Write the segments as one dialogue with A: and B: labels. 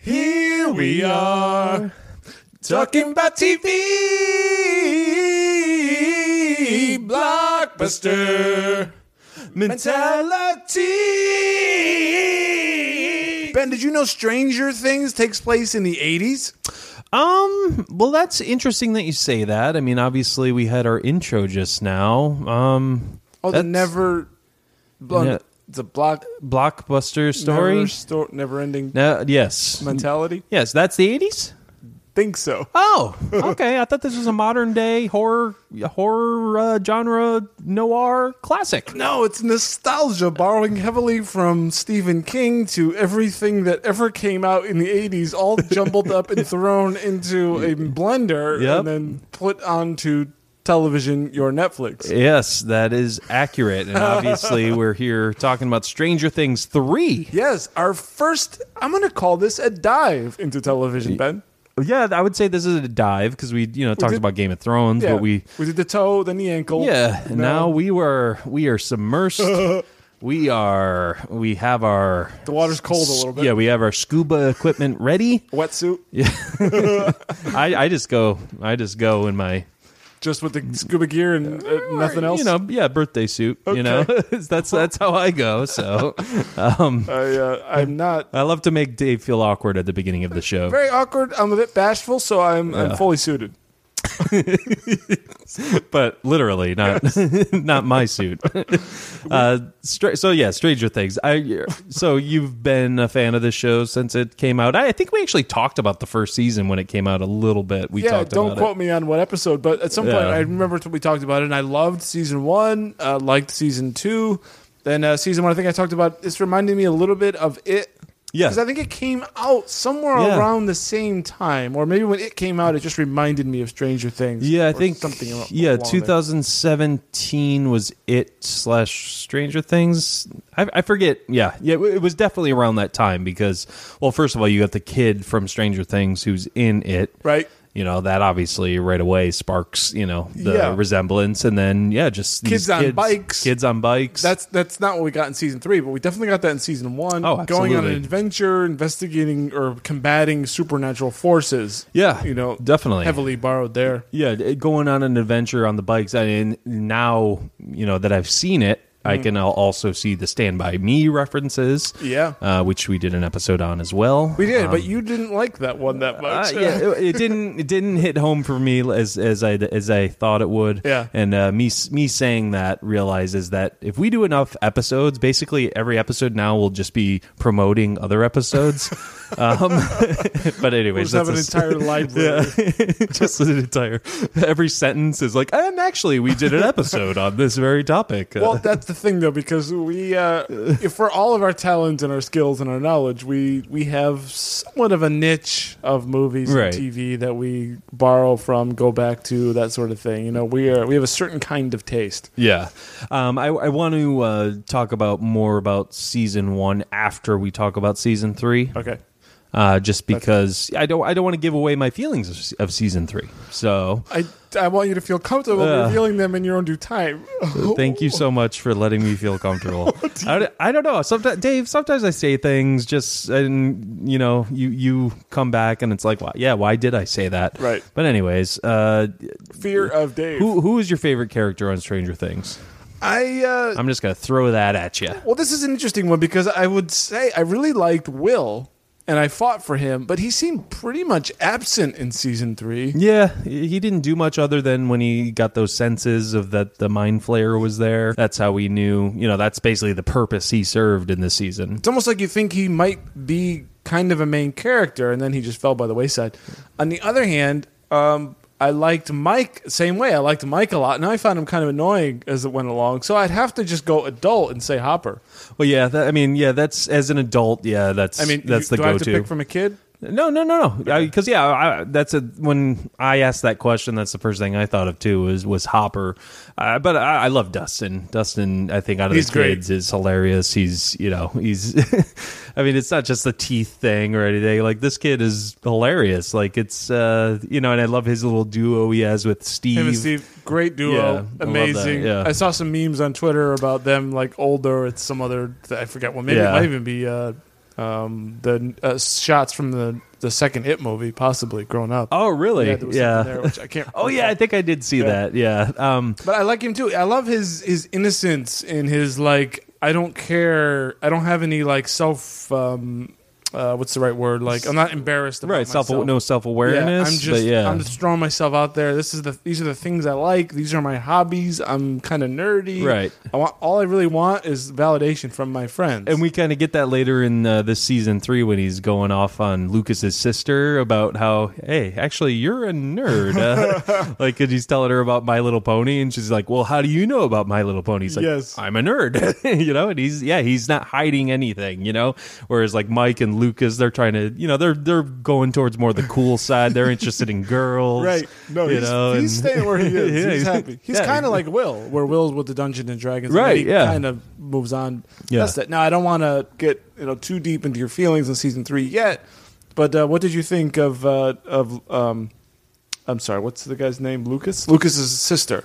A: Here we are talking about TV blockbuster mentality.
B: Ben, did you know Stranger Things takes place in the 80s?
A: Um, well, that's interesting that you say that. I mean, obviously, we had our intro just now. Um,
B: Oh, the
A: that's
B: never. Blo-
A: Yeah.
B: The block.
A: blockbuster
B: Never,
A: story.
B: sto- never ending
A: No, yes,
B: mentality?
A: yes, that's the eighties.
B: Think so.
A: Oh, okay. I thought this was a modern day horror horror uh, genre noir classic.
B: No, it's nostalgia, borrowing heavily from Stephen King to everything that ever came out in the 80s, all jumbled up and thrown into a blender
A: Yep.
B: and then put onto television, your Netflix.
A: Yes, that is accurate. And obviously, we're here talking about Stranger Things 3.
B: Yes, our first, I'm going to call this a dive into television, Ben.
A: Yeah, I would say this is a dive because we, you know, talked
B: did-
A: about Game of Thrones, but we,
B: we did the toe, then the ankle.
A: yeah,
B: No.
A: now we were, we are submersed. we are, we have our,
B: the water's cold a little bit.
A: yeah, we have our scuba equipment ready.
B: wetsuit,
A: I, I just go, I just go in my,
B: just with the scuba gear and uh, nothing else.
A: you know, yeah, birthday suit. You know, that's that's how I go. So
B: I, uh, I'm not
A: I love to make Dave feel awkward at the beginning of the show.
B: very awkward. I'm a bit bashful, so I'm, I'm fully suited.
A: but literally not not my suit. uh, stra- so yeah, Stranger Things. I so you've been a fan of the show since it came out. I, I think we actually talked about the first season when it came out a little bit. We
B: Yeah,
A: talked
B: don't
A: about
B: quote
A: it.
B: me on what episode, but at some point
A: Yeah.
B: I remember we talked about it, and I loved season one, uh, liked season two. Then uh, season one, I think I talked about. It's reminding me a little bit of it.
A: Yeah.
B: because I think it came out somewhere
A: Yeah.
B: around the same time, or maybe when it came out, it just reminded me of Stranger Things.
A: Yeah, I
B: or
A: think
B: something. al-
A: Yeah,
B: along there.
A: 2017 was it slash Stranger Things. I, I forget. Yeah, yeah, it, was definitely around that time because, well, first of all, you got the kid from Stranger Things who's in it,
B: Right.
A: You know that obviously right away sparks you know the
B: Yeah.
A: resemblance, and then yeah, just these
B: Kids on bikes.
A: kids on bikes.
B: That's that's not what we got in season three, but we definitely got that in season one.
A: Oh,
B: going on
A: absolutely.
B: an adventure, investigating or combating supernatural forces.
A: Yeah,
B: you know,
A: definitely.
B: heavily borrowed there.
A: yeah, it- going on an adventure on the bikes. I mean, now you know that I've seen it.
B: Mm.
A: I can al- also see the Stand By Me references,
B: Yeah.
A: uh, which we did an episode on as well.
B: We did, but you didn't like that one that
A: Uh,
B: much.
A: yeah, it, it didn't it didn't hit home for me as as I as I thought it would.
B: Yeah.
A: and uh, me s- me saying that realizes that if we do enough episodes, basically every episode now will just be promoting other episodes. um, but anyways,
B: Just have an
A: that's a s-
B: entire library.
A: just an entire every sentence is like, and actually, we did an episode on this very topic. Uh,
B: Well, that's the thing though, because we, uh, if for all of our talents and our skills and our knowledge, we we have somewhat of a niche of movies
A: Right.
B: and TV that we borrow from, go back to that sort of thing. You know, we are we have a certain kind of taste.
A: Yeah, um, I, I want to uh, talk about more about season one after we talk about season three.
B: Okay.
A: uh, just because I don't I don't want to give away my feelings of, of season three. So
B: I, I want you to feel comfortable
A: Yeah.
B: revealing them in your own due time.
A: thank you so much for letting me feel comfortable. I, don't- I don't know. Sometimes Dave, sometimes I say things just and you know you you come back and it's like why, yeah why did I say that
B: Right.
A: But anyways, uh,
B: Fear of Dave.
A: who who is your favorite character on Stranger Things?
B: I uh,
A: I'm just gonna throw that at you.
B: Well, this is an interesting one because I would say I really liked Will and I fought for him, but he seemed pretty much absent in season three.
A: Yeah, he didn't do much other than when he got those senses of that the mind flayer was there. That's how we knew, you know, that's basically the purpose he served in this season.
B: It's almost like you think he might be kind of a main character, and then he just fell by the wayside. On the other hand, um, I liked Mike same way. I liked Mike a lot. Now I found him kind of annoying as it went along, so I'd have to just go adult and say Hopper.
A: Well, yeah, that, I mean, yeah, that's as an adult, yeah, that's
B: I mean,
A: that's
B: you-
A: the
B: do I have to
A: go-to.
B: pick from a kid?
A: No, no, no, no. Because yeah, I, that's a when I asked that question. That's the first thing I thought of too. Was was Hopper, uh, but I, I love Dustin. Dustin, I think out of
B: He's
A: the
B: great.
A: kids is hilarious. He's you know he's, I mean, it's not just the teeth thing or anything. Like this kid is hilarious. Like it's uh you know, and I love his little duo he has with Steve.
B: Him and Steve, great
A: Yeah, I
B: duo,
A: love that,
B: amazing.
A: yeah.
B: I saw some memes on Twitter about them like older. It's some other I forget what. Maybe
A: Yeah.
B: it might even be uh, um, the uh, shots from the the second It movie, possibly grown up.
A: Oh really?
B: yeah,
A: Yeah.
B: there was something there, which I can't.
A: oh yeah, I think I did see
B: Yeah.
A: that. Yeah. Um.
B: But I like him too. I love his his innocence and his like. I don't care. I don't have any like self. Um, uh, what's the right word? Like I'm not embarrassed. About
A: Right. Self.
B: myself.
A: No self awareness.
B: Yeah, I'm just
A: but yeah.
B: I'm just throwing myself out there. This is the these are the things I like. These are my hobbies. I'm kind of nerdy.
A: Right.
B: I want all I really want is validation from my friends.
A: And we kind of get that later in uh, this season three when he's going off on Lucas's sister about how, hey, actually, you're a nerd. Uh, like, 'cause he's telling her about My Little Pony, and she's like, well, how do you know about My Little Pony? He's like,
B: Yes.
A: I'm a nerd, you know. And he's yeah, he's not hiding anything, you know. Whereas like Mike and Lucas, they're trying to, you know, they're they're going towards more the cool side. They're interested in girls,
B: right. No,
A: you
B: he's,
A: know,
B: he's
A: and-
B: staying where he is.
A: Yeah,
B: he's happy. He's
A: yeah.
B: kind of like Will, where Will's with the Dungeons and Dragons. And
A: Right,
B: he
A: yeah.
B: Kind of moves on.
A: Yeah.
B: That's that. Now I don't want to get you know too deep into your feelings in season three yet. But uh, what did you think of uh, of um, I'm sorry, what's the guy's name? Lucas. Lucas's sister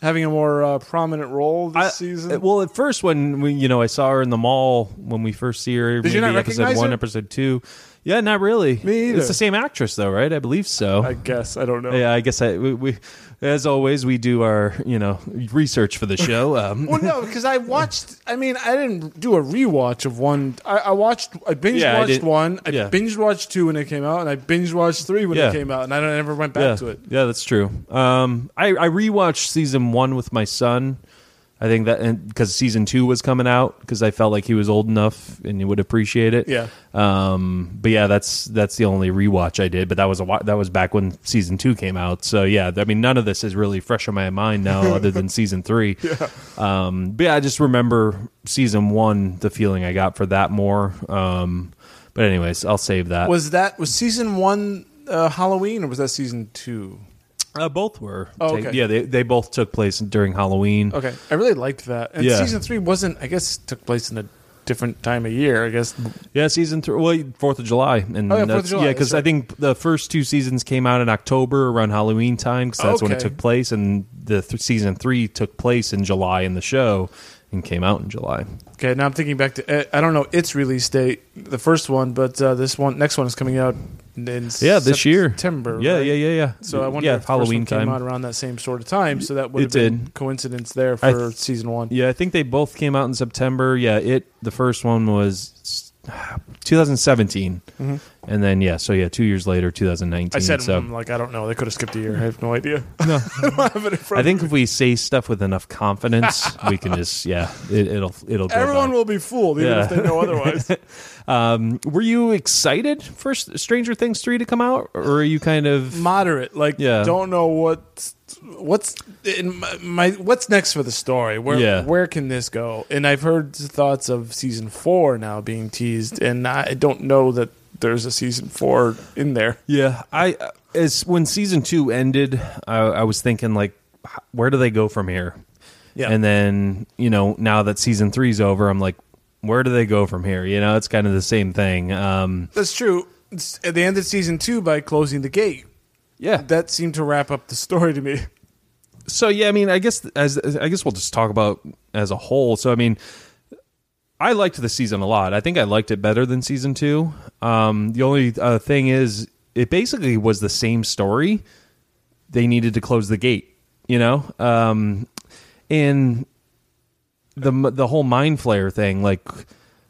B: having a more uh, prominent role this
A: I- uh,
B: season.
A: Well, at first when we, you know I saw her in the mall when we first see her,
B: Did you not
A: episode
B: recognize
A: one,
B: her?
A: episode two. Yeah, not really.
B: Me either.
A: It's the same actress though, right? I believe so.
B: I guess I don't know.
A: yeah, I guess I we, we as always we do our you know research for the show. Um,
B: Well, no, because I watched. I mean, I didn't do a rewatch of one. I, I watched. I binge
A: Yeah, I
B: watched
A: didn't-
B: one. I
A: yeah.
B: binge watched two when it came out, and I binge watched three when
A: Yeah.
B: it came out, and I don't I never went back
A: yeah,
B: to it.
A: yeah, that's true. Um, I I rewatched season one with my son. I think that because season two was coming out because I felt like he was old enough and he would appreciate it.
B: Yeah.
A: Um, but yeah, that's that's the only rewatch I did. But that was a wa- that was back when season two came out. So yeah, I mean, none of this is really fresh in my mind now, other than season three. Yeah. Um, but yeah, I just remember season one, the feeling I got for that more. Um, but anyways, I'll save that.
B: Was that was season one uh, Halloween or was that season two?
A: uh, both were.
B: Oh, okay.
A: Yeah, they they both took place during Halloween.
B: Okay, I really liked that. And
A: Yeah.
B: season three wasn't. I guess took place in a different time of year. I guess
A: Yeah, season three. Well, Fourth of July, and
B: Oh, yeah, Fourth of
A: that's-
B: July,
A: because
B: that's
A: I think the first two seasons came out in October around Halloween time, because that's when it
B: Okay.
A: took place, and the th- season three took place in July in the show and came out in July.
B: Okay, now I'm thinking back to eh, I I don't know its release date, the first one, but uh, this one, next one is coming out in
A: Yeah, this year.
B: September.
A: Yeah,
B: right?
A: yeah, yeah, yeah.
B: So I wonder
A: yeah,
B: if the first
A: Halloween
B: one came
A: time.
B: out around that same sort of time. So that would
A: It
B: have been
A: did.
B: coincidence there
A: I
B: for season one.
A: yeah, I think they both came out in September. Yeah, it the first one was 2017, and then yeah, so yeah, two years later, 2019.
B: Mm-hmm. I said
A: so.
B: mm, like I don't know. They could have skipped a year. I have no idea.
A: No.
B: I don't have it in front
A: I
B: of
A: think if we say stuff with enough confidence, we can just yeah, it, it'll it'll.
B: me.
A: go
B: everyone
A: by.
B: will be fooled even
A: Yeah.
B: if they know otherwise.
A: Um, were you excited for S- Stranger Things three to come out, or are you kind of?
B: Moderate, like
A: Yeah.
B: don't know what what's in my, my what's next for the story. Where
A: Yeah.
B: where can this go? And I've heard thoughts of season four now being teased, and I don't know that there's a season four in there.
A: yeah, I uh, as when season two ended, I, I was thinking like, h- where do they go from here?
B: Yeah.
A: and then you know now that season three's over, I'm like, where do they go from here? You know, it's kind of the same thing. Um,
B: That's true. It's- They ended season two by closing the gate.
A: yeah,
B: That seemed to wrap up the story to me.
A: so yeah, I mean, I guess as I guess we'll just talk about as a whole. So I mean, I liked the season a lot. I think I liked it better than season two. Um, the only uh, thing is, it basically was the same story. They needed to close the gate, you know, um, and the the whole mind flayer thing. Like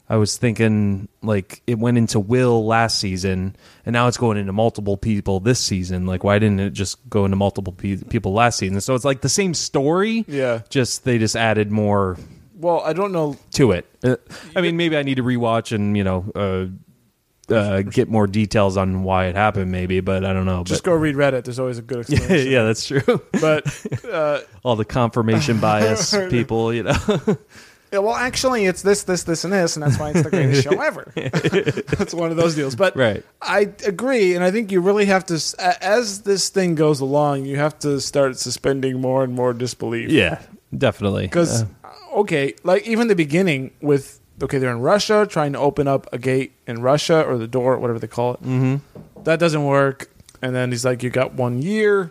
A: I was thinking, like it went into Will last season, and now it's going into multiple people this season. Like why didn't it just go into multiple pe- people last season? So it's like the same story.
B: Yeah.
A: just they just added more
B: Well, I don't know.
A: to it. Uh, I mean, maybe I need to rewatch and you know uh, uh, get more details on why it happened. Maybe, but I don't know.
B: Just
A: but,
B: go read Reddit. There's always a good explanation.
A: yeah, that's true.
B: But uh,
A: All the confirmation bias people, you know.
B: Yeah, well, actually, it's this, this, this, and this, and that's why it's the greatest show ever. that's one of those deals. But
A: Right.
B: I agree, and I think you really have to, s- a- as this thing goes along, you have to start suspending more and more disbelief.
A: Yeah, definitely.
B: Because,
A: Uh,
B: okay, like even the beginning with, okay, they're in Russia trying to open up a gate in Russia or the door, whatever they call it. Mm-hmm. That doesn't work. And then he's like, you got one year.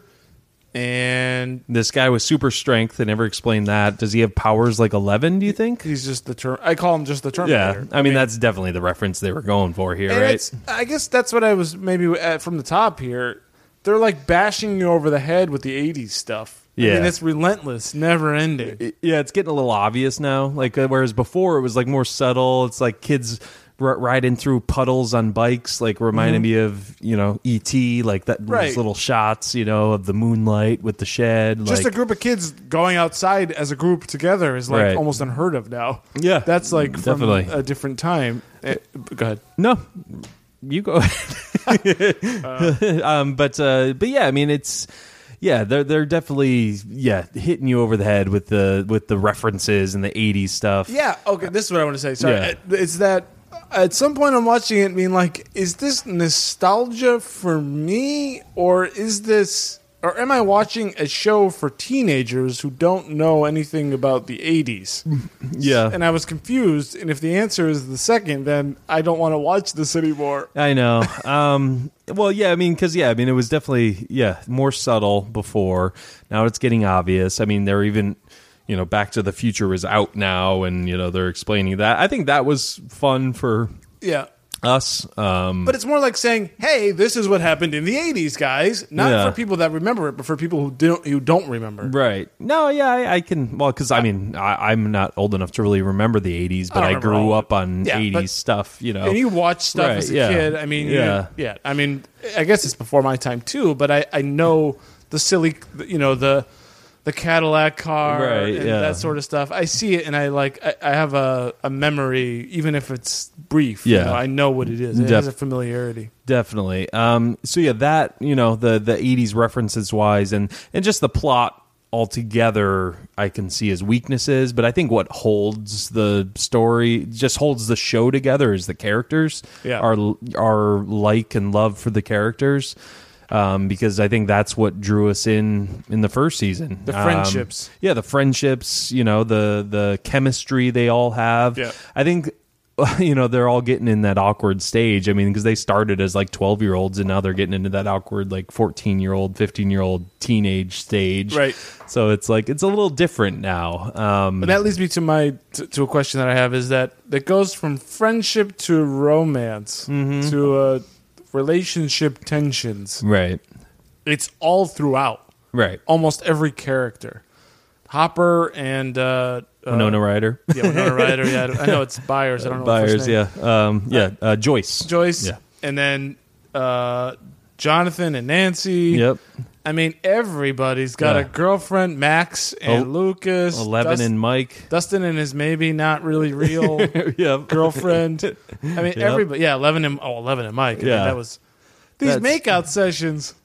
B: And
A: this guy with super strength, they never explained that. Does he have powers like Eleven? Do you think?
B: he's just the term. I call him just the Terminator.
A: Yeah, I mean that's definitely the reference they were going for here,
B: And
A: right?
B: it's- I guess that's what I was maybe at from the top here. They're like bashing you over the head with the '80s stuff. I
A: Yeah.
B: mean, it's relentless, never ending.
A: it- yeah, it's getting a little obvious now. Like uh, whereas before it was like more subtle. It's like kids r- riding through puddles on bikes, like reminding me of you know E.T. Like that
B: Mm-hmm. Right.
A: those little shots, you know, of the moonlight with the shed.
B: Just
A: like,
B: a group of kids going outside as a group together is like
A: Right.
B: almost unheard of now.
A: Yeah.
B: that's like from
A: Definitely.
B: a different time. Eh, go ahead.
A: No, you go. ahead. um, but uh, but yeah, I mean it's yeah they're they're definitely yeah hitting you over the head with the with the references and the '80s stuff.
B: Yeah. Okay. This is what I want to say. Sorry.
A: Yeah.
B: It's that at some point I'm watching it, being like, is this nostalgia for me, or is this, or am I watching a show for teenagers who don't know anything about the '80s?
A: yeah.
B: and I was confused. And if the answer is the second, then I don't want to watch this anymore.
A: I know. Um, well, yeah, I mean, because yeah, I mean, it was definitely yeah more subtle before. Now it's getting obvious. I mean, they're even you know Back to the Future is out now, and you know they're explaining that. I think that was fun for
B: Yeah.
A: us. Um,
B: But it's more like saying, "Hey, this is what happened in the '80s, guys." Not
A: Yeah.
B: for people that remember it, but for people who don't who don't remember.
A: right? No, yeah, I, I can. Well, because I mean, I, I'm not old enough to really remember the '80s, but
B: don't
A: I,
B: remember
A: grew
B: all of
A: up on
B: Yeah,
A: '80s
B: but-
A: stuff. You know,
B: and you watch stuff
A: Right,
B: as a
A: yeah.
B: kid. I mean, yeah,
A: Yeah.
B: yeah. I mean, I guess it's before my time too, but I, I know the silly, you know, the the Cadillac car
A: Right,
B: and
A: yeah.
B: that sort of stuff. I see it, and I like, I, I have a, a memory, even if it's brief. you
A: Yeah.
B: know, I know what it is. It
A: Def-
B: has a familiarity.
A: definitely um so yeah that you know the the 80s references wise and and just the plot altogether i can see as weaknesses but i think what holds the story just holds the show together is the characters
B: Yeah.
A: our our like and love for the characters um, because I think that's what drew us in in the first season.
B: The
A: Um,
B: friendships.
A: yeah, the friendships. You know, the the chemistry they all have.
B: Yeah.
A: I think you know they're all getting in that awkward stage. I mean, because they started as like twelve year olds, and now they're getting into that awkward like fourteen year old, fifteen year old teenage stage.
B: Right.
A: So it's like it's a little different now. Um,
B: But that leads me to my to, to a question that I have is that that goes from friendship to romance
A: Mm-hmm.
B: to uh, relationship tensions.
A: right.
B: It's all throughout.
A: Right.
B: almost every character. Hopper and uh, uh,
A: Winona Ryder.
B: yeah, Winona Ryder. Yeah, I don't- I know it's Byers. I don't know her first
A: Buyers.
B: name.
A: Yeah. Um, yeah. Uh, Joyce.
B: Joyce,
A: Yeah.
B: and then uh, Jonathan and Nancy.
A: Yep.
B: I mean, everybody's got a
A: Yeah.
B: girlfriend. Max and
A: Oh,
B: Lucas.
A: Eleven
B: Dust-
A: and Mike.
B: Dustin and his maybe not really real
A: yeah.
B: girlfriend. I mean,
A: Yep.
B: everybody. Yeah, Eleven and oh, Eleven and Mike. I mean,
A: Yeah.
B: that was these
A: That's-
B: makeout sessions.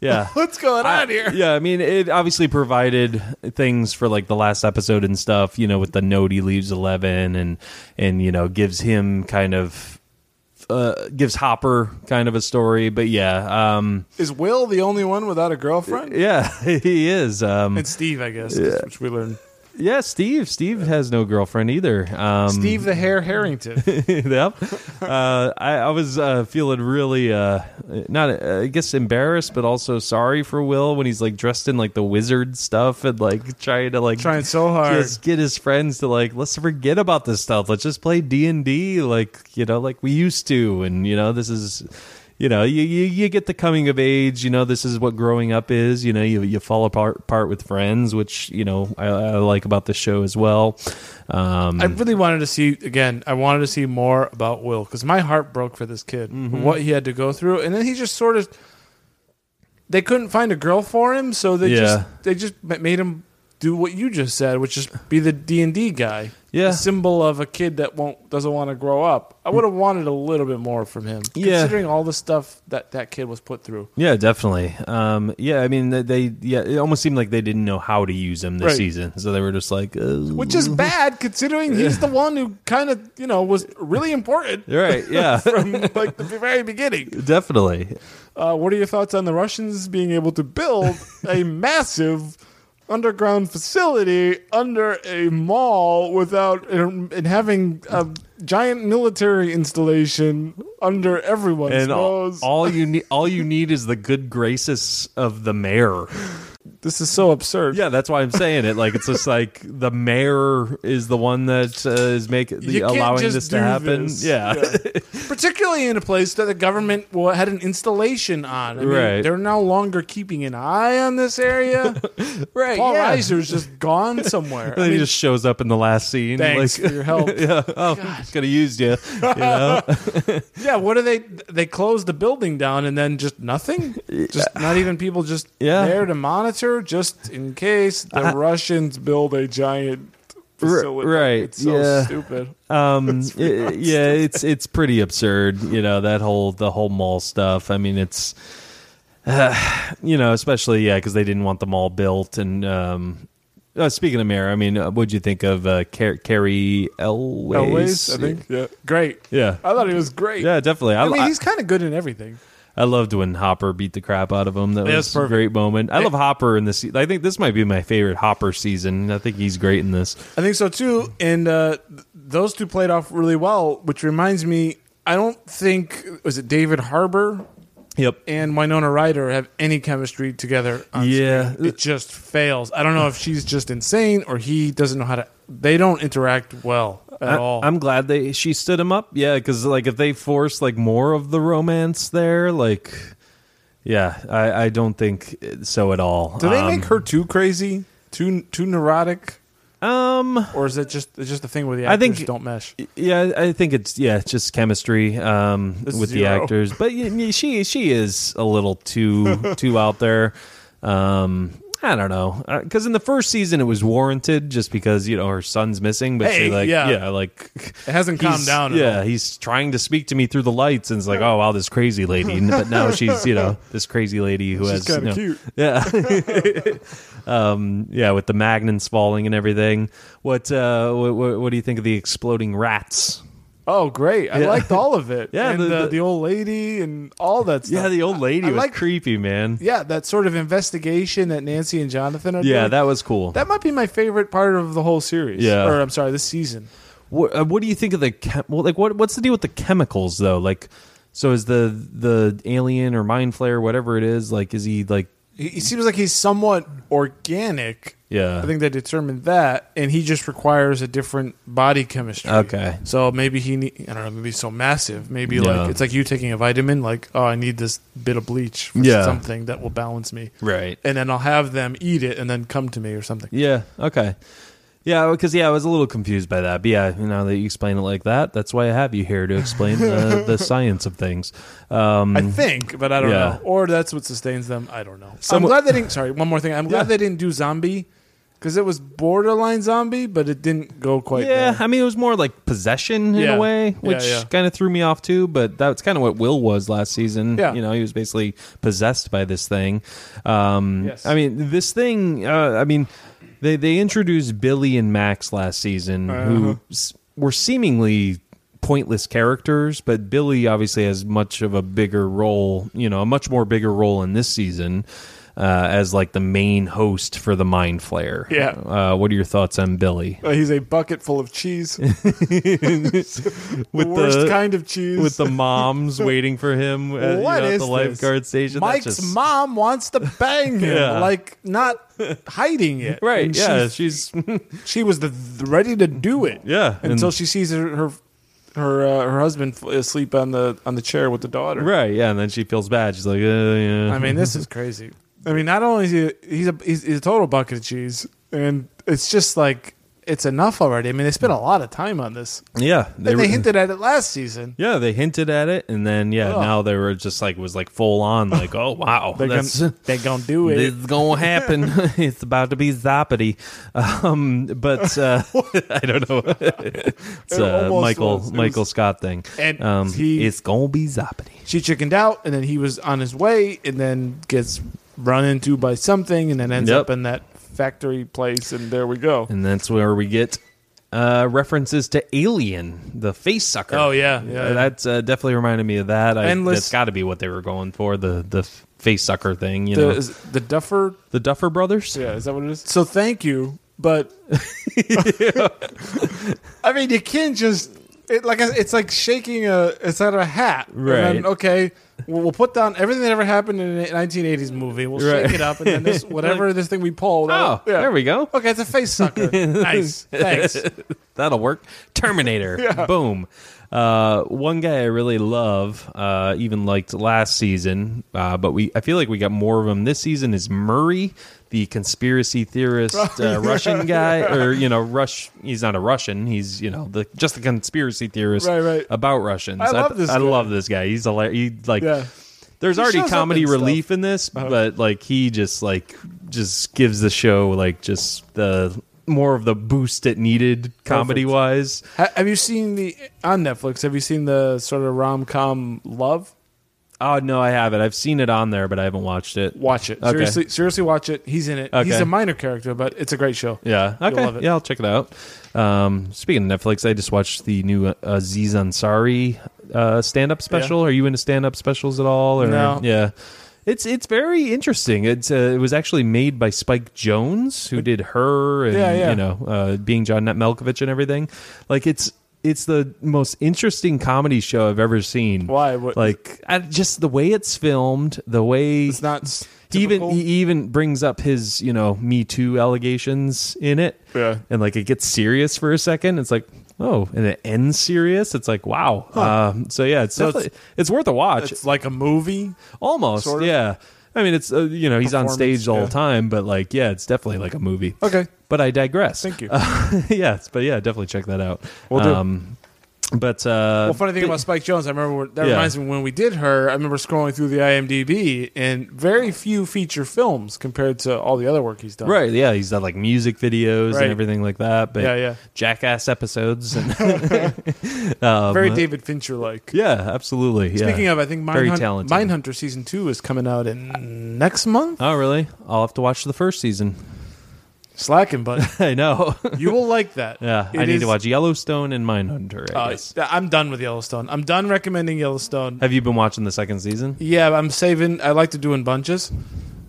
A: Yeah.
B: What's going
A: I-
B: on here?
A: Yeah, I mean, it obviously provided things for like the last episode and stuff. You know, with the note he leaves Eleven, and and you know gives him kind of uh, gives Hopper kind of a story. But yeah, um,
B: Is Will the only one without a girlfriend?
A: yeah, he is. Um,
B: And Steve, I guess, which we learned.
A: yeah, Steve. Steve has no girlfriend either. Um,
B: Steve the Hare Harrington.
A: yep. Uh, I, I was uh, feeling really uh, not, uh, I guess, embarrassed, but also sorry for Will when he's like dressed in like the wizard stuff and like trying to like
B: Trying so hard.
A: just get his friends to like let's forget about this stuff. Let's just play D and D like you know like we used to, and you know this is. You know, you, you you get the coming of age. You know, this is what growing up is. You know, you you fall apart, apart with friends, which you know I, I like about the show as well. Um,
B: I really wanted to see again. I wanted to see more about Will because my heart broke for this kid,
A: Mm-hmm.
B: what he had to go through, and then he just sort of. They couldn't find a girl for him, so they
A: Yeah.
B: just they just ma- made him do what you just said, which is be the D and D guy.
A: Yeah.
B: a symbol of a kid that won't doesn't want to grow up. I would have wanted a little bit more from him,
A: Yeah.
B: considering all the stuff that that kid was put through.
A: Yeah, definitely. Um, yeah, I mean, they, they yeah, it almost seemed like they didn't know how to use him this
B: Right.
A: season, so they were just like, uh,
B: Which is bad, considering he's the one who kind of you know was really important
A: right? Yeah,
B: from like the very beginning.
A: definitely.
B: Uh, what are your thoughts on the Russians being able to build a massive underground facility under a mall without and, and having a giant military installation under everyone's
A: And all,
B: nose?
A: all you need, all you need is the good graces of the mayor.
B: this is so absurd.
A: Yeah, that's why I'm saying it. Like it's just like the mayor is the one that uh, is making the
B: You can't
A: allowing
B: just
A: this to
B: do
A: happen.
B: this.
A: Yeah.
B: particularly in a place that the government wa- had an installation on. I mean,
A: Right.
B: They're no longer keeping an eye on this area.
A: right.
B: Paul
A: yeah.
B: Reiser's just gone somewhere.
A: And
B: I
A: then he
B: mean,
A: just shows up in the last scene.
B: thanks
A: Like,
B: for your help.
A: yeah. Oh, it's gonna use you. You know.
B: Yeah, what do they? They closed the building down and then just nothing. Just not even people just
A: Yeah. Uh-huh.
B: there to monitor, just in case the Russians build a giant facility.
A: right,
B: It's so
A: yeah.
B: stupid.
A: um it- yeah it's it's pretty absurd you know that whole the whole mall stuff i mean it's uh, you know especially yeah because they didn't want the mall built and um uh, speaking of mayor i mean uh, what'd you think of uh Car- carrie elways,
B: Elways, I think. Yeah, great.
A: yeah
B: I thought he was great.
A: yeah definitely i,
B: I mean,
A: I,
B: he's kind of good in everything.
A: I loved when hopper beat the crap out of him that
B: Yeah,
A: was
B: it's
A: a
B: perfect.
A: great moment i love hopper in this se- i think this might be my favorite hopper season i think he's great in this
B: I think so too. And uh, th- those two played off really well, which reminds me, I don't think was it David Harbour
A: yep
B: and Winona Ryder have any chemistry together. On
A: Yeah.
B: screen. it just fails. I don't know if she's just insane or he doesn't know how to. They don't interact well at all.
A: I, am glad they she stood him up. Yeah, because like if they force like more of the romance there, like yeah, I, I don't think so at all.
B: Do they
A: Um,
B: make her too crazy, too too neurotic,
A: Um,
B: or is it just it's just a thing where the
A: I
B: actors
A: think-
B: don't mesh?
A: yeah, I think it's yeah, it's just chemistry um
B: This is
A: with the
B: zero.
A: actors, but y- y- she she is a little too too out there. Um. I don't know, because in the first season it was warranted just because you know her son's missing, but she
B: Hey,
A: like
B: yeah.
A: yeah like
B: It hasn't calmed
A: He's-
B: down. At
A: Yeah,
B: all.
A: he's trying to speak to me through the lights, and it's like, oh wow, this crazy lady. But now she's you know this crazy lady who
B: she's
A: has
B: kind of
A: you know-
B: cute.
A: yeah, with the magnets falling and everything. What uh, what, what, what do you think of the exploding rats?
B: Oh, great! I liked all of it.
A: Yeah,
B: and
A: the-
B: the,
A: the-
B: the, old lady and all that stuff.
A: Yeah, the old lady
B: I
A: was
B: like-
A: creepy, man.
B: yeah, that sort of investigation that Nancy and Jonathan are
A: Yeah,
B: doing.
A: that was cool.
B: that might be my favorite part of the whole series.
A: Yeah.
B: Or I'm sorry, this season.
A: What, uh, what do you think of the chem- well, like what what's the deal with the chemicals though? Like, so is the the alien or mind flare, whatever it is, like is he like
B: He, he seems like he's somewhat organic. I
A: yeah?
B: think they determined that, and he just requires a different body chemistry.
A: Okay.
B: So maybe he, need, I don't know, maybe he's so massive. Maybe
A: Yeah.
B: like it's like you taking a vitamin. Like, oh, I need this bit of bleach for
A: Yeah.
B: something that will balance me,
A: right.
B: and then I'll have them eat it and then come to me or something.
A: Yeah. Okay. Yeah, because yeah, I was a little confused by that. But yeah, now that you explain it like that, that's why I have you here to explain the, the science of things. Um,
B: I think, but I don't
A: Yeah.
B: know. Or that's what sustains them. I don't know.
A: Some-
B: I'm glad they didn't. Sorry, one more thing. I'm glad
A: Yeah.
B: they didn't do zombie because it was borderline zombie, but it didn't go quite.
A: yeah,
B: there.
A: I mean it was more like possession in
B: Yeah.
A: a way,
B: Yeah,
A: which
B: yeah.
A: kind of threw me off too. But that's kind of what Will was last season.
B: Yeah.
A: you know, he was basically possessed by this thing. Um,
B: Yes.
A: I mean, this thing. Uh, I mean, they they introduced Billy and Max last season,
B: Uh-huh.
A: who s- were seemingly pointless characters, but Billy obviously has much of a bigger role. You know, a much more bigger role in this season. Uh, as like the main host for the mind flare.
B: Yeah.
A: Uh, what are your thoughts on Billy?
B: Uh, he's a bucket full of cheese, the
A: with
B: worst
A: the
B: kind of cheese.
A: with the moms waiting for him at, you
B: What
A: know, at
B: is
A: the
B: this?
A: lifeguard station. That's
B: Mike's
A: just-
B: mom wants to bang him,
A: Yeah.
B: like not hiding it.
A: Right?
B: And
A: yeah,
B: she,
A: she's
B: she was the, the- ready to do it.
A: Yeah,
B: until
A: and-
B: she sees her her her, uh, her husband f- asleep on the on the chair with the daughter.
A: right. Yeah, and then she feels bad. She's like, uh, yeah.
B: I mean, this is crazy. I mean, not only is he he's a he's, he's a total bucket of cheese, and it's just like it's enough already. I mean, they spent a lot of time on this.
A: Yeah,
B: They, and
A: were-
B: they hinted at it last season.
A: Yeah, they hinted at it, and then yeah,
B: Ugh.
A: now they were just like was like full on like, oh wow,
B: They're gonna,
A: that's
B: they're gonna do it.
A: it's gonna happen. it's about to be zoppity. Um, but uh, I don't know. it's
B: It
A: a
B: almost
A: Michael
B: was. It
A: Michael
B: was-
A: Scott thing.
B: And
A: um,
B: he-
A: it's gonna be zoppity.
B: she chickened out, and then he was on his way, and then gets run into by something, and then ends
A: Yep.
B: up in that factory place, and there we go.
A: and that's where we get uh, references to Alien, the face sucker.
B: Oh, yeah, yeah, yeah.
A: that's uh, definitely reminded me of that. I,
B: Endless-
A: that's got to be what they were going for the the f- face sucker thing. You
B: the,
A: know,
B: is it the Duffer,
A: the Duffer Brothers.
B: yeah, is that what it is? So thank you, but I mean, you can't just it like it's like shaking a it's out of a hat, And then,
A: Right.
B: okay, we'll, we'll put down everything that ever happened in a 1980s movie. We'll
A: Right.
B: shake it up, and then this whatever this thing we pulled.
A: Oh,
B: yeah.
A: there we go.
B: Okay, it's a face sucker. nice, thanks.
A: That'll work. Terminator. Boom. Uh, one guy I really love, uh, even liked last season, uh, but we I feel like we got more of him this season. Is Murray the conspiracy theorist uh, Russian guy, or you know, Rush? He's not a Russian. He's you know the just the conspiracy theorist
B: Right, right.
A: about Russians.
B: I love this
A: I
B: guy.
A: love this guy. He's a he like.
B: Yeah.
A: There's
B: He
A: already
B: shows up
A: comedy
B: in stuff.
A: relief in this, but like he just like just gives the show like just the more of the boost it needed comedy wise.
B: Ha- have you seen the on Netflix? Have you seen the sort of rom com Love?
A: Oh no, I haven't. I've seen it on there, but I haven't watched it.
B: Watch it
A: Okay.
B: seriously. Seriously, watch it. He's in it. He's
A: Okay.
B: a minor character, but it's a great show.
A: Yeah.
B: You'll
A: Okay.
B: love it.
A: Yeah, I'll check it out. Um, speaking of Netflix, I just watched the new uh, Aziz Ansari uh, stand-up special. Are you into stand-up specials at all? Or
B: No.
A: yeah. It's it's very interesting. It's uh, it was actually made by Spike Jones, who did her and
B: Yeah, yeah.
A: you know uh, being John Malkovich and everything. Like it's it's the most interesting comedy show I've ever seen.
B: Why? What-
A: Like I, just the way it's filmed, the way
B: It's not s-
A: he even
B: typical.
A: he even brings up his you know me too allegations in it
B: Yeah.
A: and like it gets serious for a second it's like oh and it ends serious it's like wow um, so yeah it's
B: So it's-
A: definitely it's, worth a watch
B: It's like a movie.
A: almost
B: sort of-
A: yeah i mean it's uh, you know he's on
B: Performance,
A: stage the whole
B: yeah.
A: time but like yeah it's definitely like a movie
B: Okay.
A: but i digress
B: Thank you.
A: yes but yeah definitely check that out Um,
B: Will do.
A: but uh
B: Well, funny thing about Spike Jones, I remember when- that
A: Yeah.
B: reminds me when we did her. I remember scrolling through the IMDb, and very few feature films compared to all the other work he's done.
A: Right, yeah, he's done like music videos
B: Right.
A: and everything like that. But
B: Yeah, yeah.
A: jackass episodes and
B: very David Fincher like.
A: Yeah, absolutely. yeah.
B: Speaking of, I think
A: Um, uh, Very
B: Mindhunter,
A: talented.
B: Mindhunter season two is coming out in next month.
A: Oh, really? I'll have to watch the first season.
B: Slacking, but
A: I know.
B: you will like that.
A: yeah, I
B: It
A: need
B: is-
A: to watch Yellowstone and Mindhunter. I
B: Uh,
A: guess.
B: I'm done with Yellowstone. I'm done recommending Yellowstone.
A: Have you been watching the second season?
B: Yeah, I'm saving. I like to do in bunches.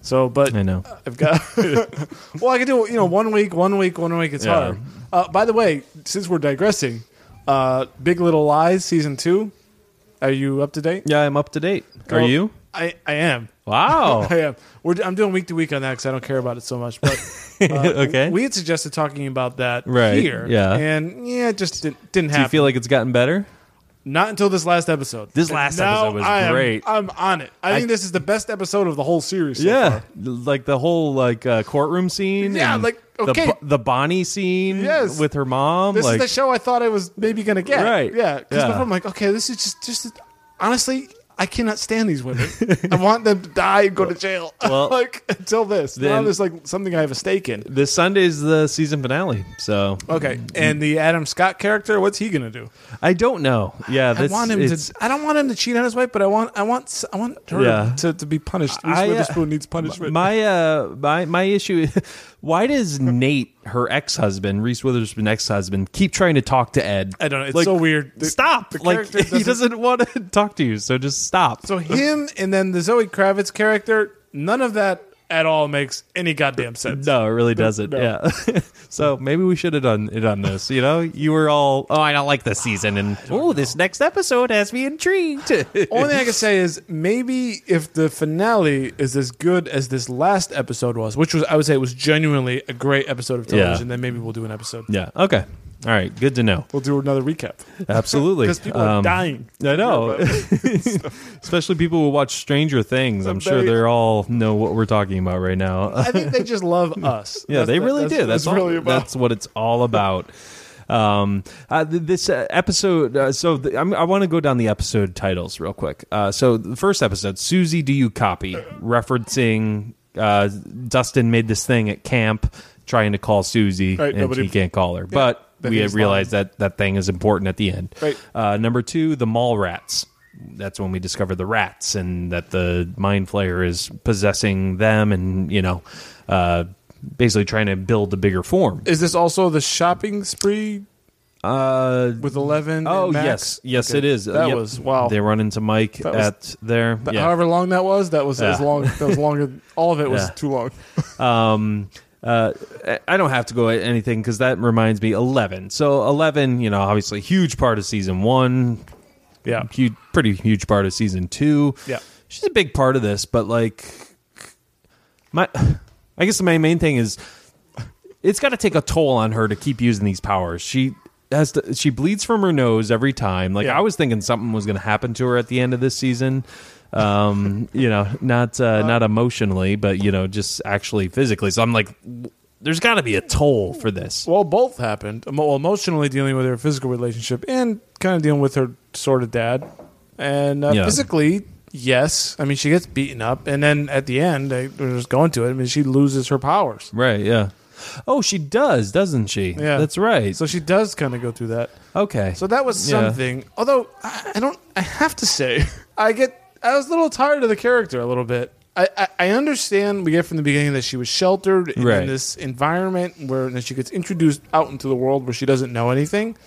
B: So, but
A: I know.
B: I've got. well, I can do you know one week, one week, one week. It's
A: Yeah.
B: hard. Uh, by the way, since we're digressing, uh, Big Little Lies season two. Are you up to date?
A: Yeah, I'm up to date. Are
B: Well,
A: you? Oh.
B: I, I am.
A: Wow.
B: I am. We're, I'm doing week to week on that because I don't care about it so much. But
A: okay.
B: uh, we had suggested talking about that
A: Right,
B: here.
A: yeah.
B: And yeah, it just didn't, didn't
A: Do
B: happen.
A: you feel like it's gotten better?
B: Not until this last episode.
A: This
B: And
A: last
B: now
A: episode was
B: I am-
A: great.
B: I'm on it. I,
A: I-
B: think this is the best episode of the whole series. So
A: yeah,
B: far.
A: like the whole like uh, courtroom scene.
B: Yeah,
A: and
B: like,
A: the
B: okay.
A: Bo- the, Bonnie scene.
B: Yes.
A: with her mom.
B: This
A: like
B: is the show I thought I was maybe gonna get.
A: Right.
B: Yeah. Because
A: Yeah.
B: before I'm like, okay, this is just just honestly. I cannot stand these women. I want them to die and go to jail.
A: Well-
B: like until this. now
A: Then-
B: there's like something I have a stake in.
A: this Sunday's the season finale, so
B: Okay. And the Adam Scott character, what's he gonna do?
A: I don't know. Yeah, this,
B: I want him
A: it's-
B: to I don't want him to cheat on his wife, but I want I want s- I want her
A: Yeah.
B: to, to be punished. Reese
A: I, uh,
B: Witherspoon needs punishment.
A: My uh, my my issue is why does Nate, her ex husband, Reese Witherspoon's ex husband, keep trying to talk to Ed?
B: I don't know. It's so weird. The-
A: stop!
B: the
A: like
B: character
A: he
B: doesn't-
A: doesn't want to talk to you, so just stop.
B: So him and then the Zoe Kravitz character, none of that at all makes any goddamn sense.
A: no, it really doesn't.
B: No.
A: Yeah. so maybe we should have done it on this. You know, you were all, oh, I don't like this season, and oh, this next episode has me intrigued.
B: Only thing I can say is maybe if the finale is as good as this last episode was, which was I would say it was genuinely a great episode of television, then maybe we'll do an episode.
A: yeah. Okay. All right. Good to know.
B: We'll do another recap
A: Absolutely.
B: because people are
A: Um,
B: dying.
A: I know.
B: Yeah,
A: Especially people who watch Stranger Things. I'm sure
B: They-
A: they're all know what we're talking about right now.
B: I think they just love us.
A: Yeah,
B: That's-
A: they
B: that-
A: really
B: that's,
A: do. That's,
B: That's,
A: all-
B: really about.
A: that's what it's all about. Um, uh, th- this uh, episode. Uh, so th- I'm, I want to go down the episode titles real quick. Uh, so the first episode, Susie, do you copy? Referencing uh, Dustin made this thing at camp, trying to call Susie,
B: Right,
A: and
B: nobody-
A: he can't call her. but
B: that
A: we
B: he's
A: realized that that thing is important at the end.
B: Right.
A: Uh, number two, the mall rats. That's when we discover the rats and that the mind flayer is possessing them and, you know, uh, basically trying to build a bigger form.
B: Is this also the shopping spree
A: Uh,
B: with eleven?
A: oh,
B: and Max?
A: yes. Yes,
B: Okay.
A: it is. Uh,
B: That
A: Yep.
B: was wow.
A: They run into Mike
B: That was-
A: at there.
B: But
A: yeah.
B: However long that was, that was as
A: Yeah.
B: long. That was longer. All of it was
A: Yeah.
B: too long.
A: um uh I- i don't have to go at anything because that reminds me 11 so 11 you know obviously huge part of season one
B: Yeah.
A: huge pretty huge part of season two
B: Yeah.
A: she's a big part of this but like my i guess my main thing is it's got to take a toll on her to keep using these powers she has to she bleeds from her nose every time like
B: Yeah.
A: i was thinking something was going to happen to her at the end of this season um you know not uh, not emotionally but you know just actually physically so i'm like there's got to be a toll for this
B: Well, both happened. Emo- Well, emotionally dealing with her physical relationship and kind of dealing with her sort of dad, and uh,
A: Yeah.
B: physically, yes. I mean, she gets beaten up, and then at the end, I, we're just going to it. I mean, she loses her powers,
A: right yeah oh she does doesn't she
B: Yeah.
A: that's right
B: so she does kind of go through that.
A: okay
B: So that was
A: Yeah.
B: something. Although I I don't, I have to say, I get, I was a little tired of the character a little bit. I, I, I understand we get from the beginning that she was sheltered and
A: Right.
B: in this environment where and she gets introduced out into the world where she doesn't know anything.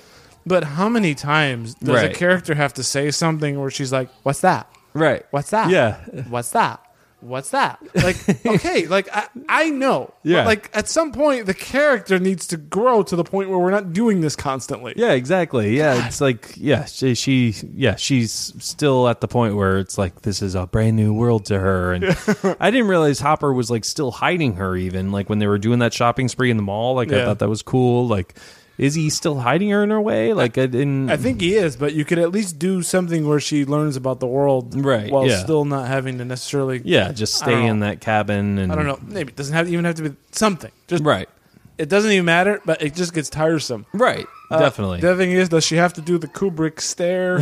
B: But how many times does a
A: Right.
B: character have to say something where she's like, "What's that?
A: right
B: What's that?
A: yeah
B: What's that? What's that? Like, okay, like I, I know. but,
A: Yeah.
B: like at some point, the character needs to grow to the point where we're not doing this constantly.
A: Yeah, exactly. Yeah, it's like yeah, she, she yeah, she's still at the point where it's like this is a brand new world to her and I didn't realize Hopper was like still hiding her even like when they were doing that shopping spree in the mall, like I
B: Yeah.
A: thought that was cool. Like is he still hiding her in her way? Like I didn't
B: I think he is, but you could at least do something where she learns about the world,
A: Right,
B: While
A: yeah.
B: still not having to necessarily,
A: yeah, just
B: I don't
A: stay in that cabin and
B: I don't know. Maybe it doesn't have even have to be something. Just
A: Right.
B: It doesn't even matter, but it just gets tiresome.
A: Right.
B: Uh,
A: Definitely.
B: The other thing is, does she have to do the Kubrick stare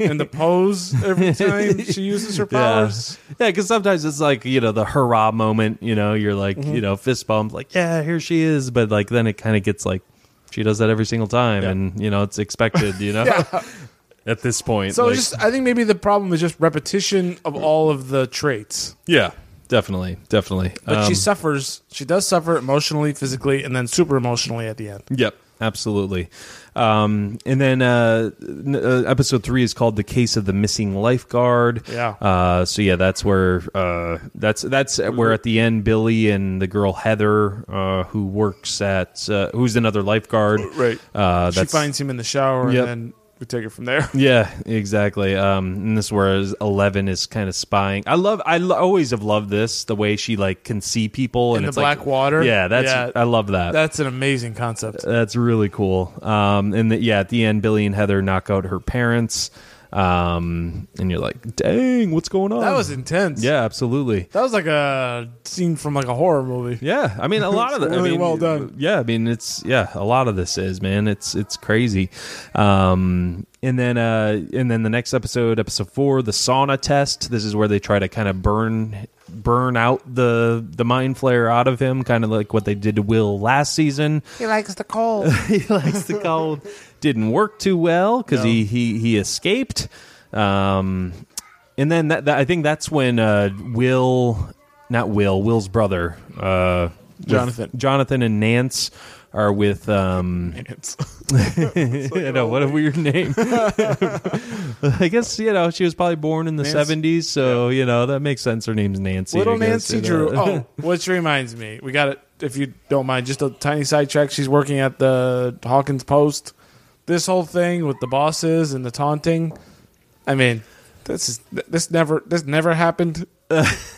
B: and the pose every time she uses her powers?
A: Yeah, because sometimes it's like you know the hurrah moment. You know, you're like
B: Mm-hmm.
A: you know fist bump, like yeah, here she is. But like then it kind of gets like she does that every single time,
B: Yeah.
A: and you know it's expected. You know, at this point,
B: So
A: like-
B: just, I think maybe the problem is just repetition of all of the traits.
A: yeah, definitely, definitely.
B: But
A: Um,
B: she suffers. She does suffer emotionally, physically, and then super emotionally at the end.
A: Yep, absolutely. Um, and then uh, n- uh, episode three is called "The Case of the Missing Lifeguard."
B: Yeah.
A: Uh, so yeah, that's where uh, that's that's where at the end Billy and the girl Heather, uh, who works at uh, who's another lifeguard,
B: Oh, Right.
A: Uh,
B: she
A: that's,
B: finds him in the shower,
A: Yep.
B: and then we take it from there.
A: yeah, exactly. Um, and this whereas Eleven is kind of spying. I love. I lo- always have loved this the way she like can see people and
B: In the
A: it's like-
B: black water?
A: Yeah, that's
B: Yeah.
A: I love that.
B: That's an amazing concept.
A: That's really cool. Um, and the, yeah, at the end, Billy and Heather knock out her parents. Um, and you're like, dang, what's going on?
B: That was intense.
A: yeah, absolutely.
B: That was like a scene from like a horror movie.
A: Yeah, I mean a lot of
B: It's
A: the, I
B: really
A: mean,
B: well done.
A: Yeah, I mean it's yeah, a lot of this is man. It's it's crazy. Um, and then uh, and then the next episode, episode four, the sauna test. This is where they try to kind of burn burn out the the mind flare out of him, kind of like what they did to Will last season.
B: He likes the cold.
A: he likes the cold. Didn't work too well because he, he he escaped. Um, and then that, that I think that's when uh, Will, not Will, Will's brother, uh, with-
B: Jonathan.
A: Jonathan and Nance are with. Um, I know what a weird name. I guess you know she was probably born in the
B: Nance.
A: seventies, so you know that makes sense. Her name's Nancy. I
B: Little
A: guess,
B: Nancy
A: you know.
B: Drew. Oh, which reminds me, we got it. If you don't mind, just a tiny sidetrack. She's working at the Hawkins Post. This whole thing with the bosses and the taunting. I mean, this is this never this never happened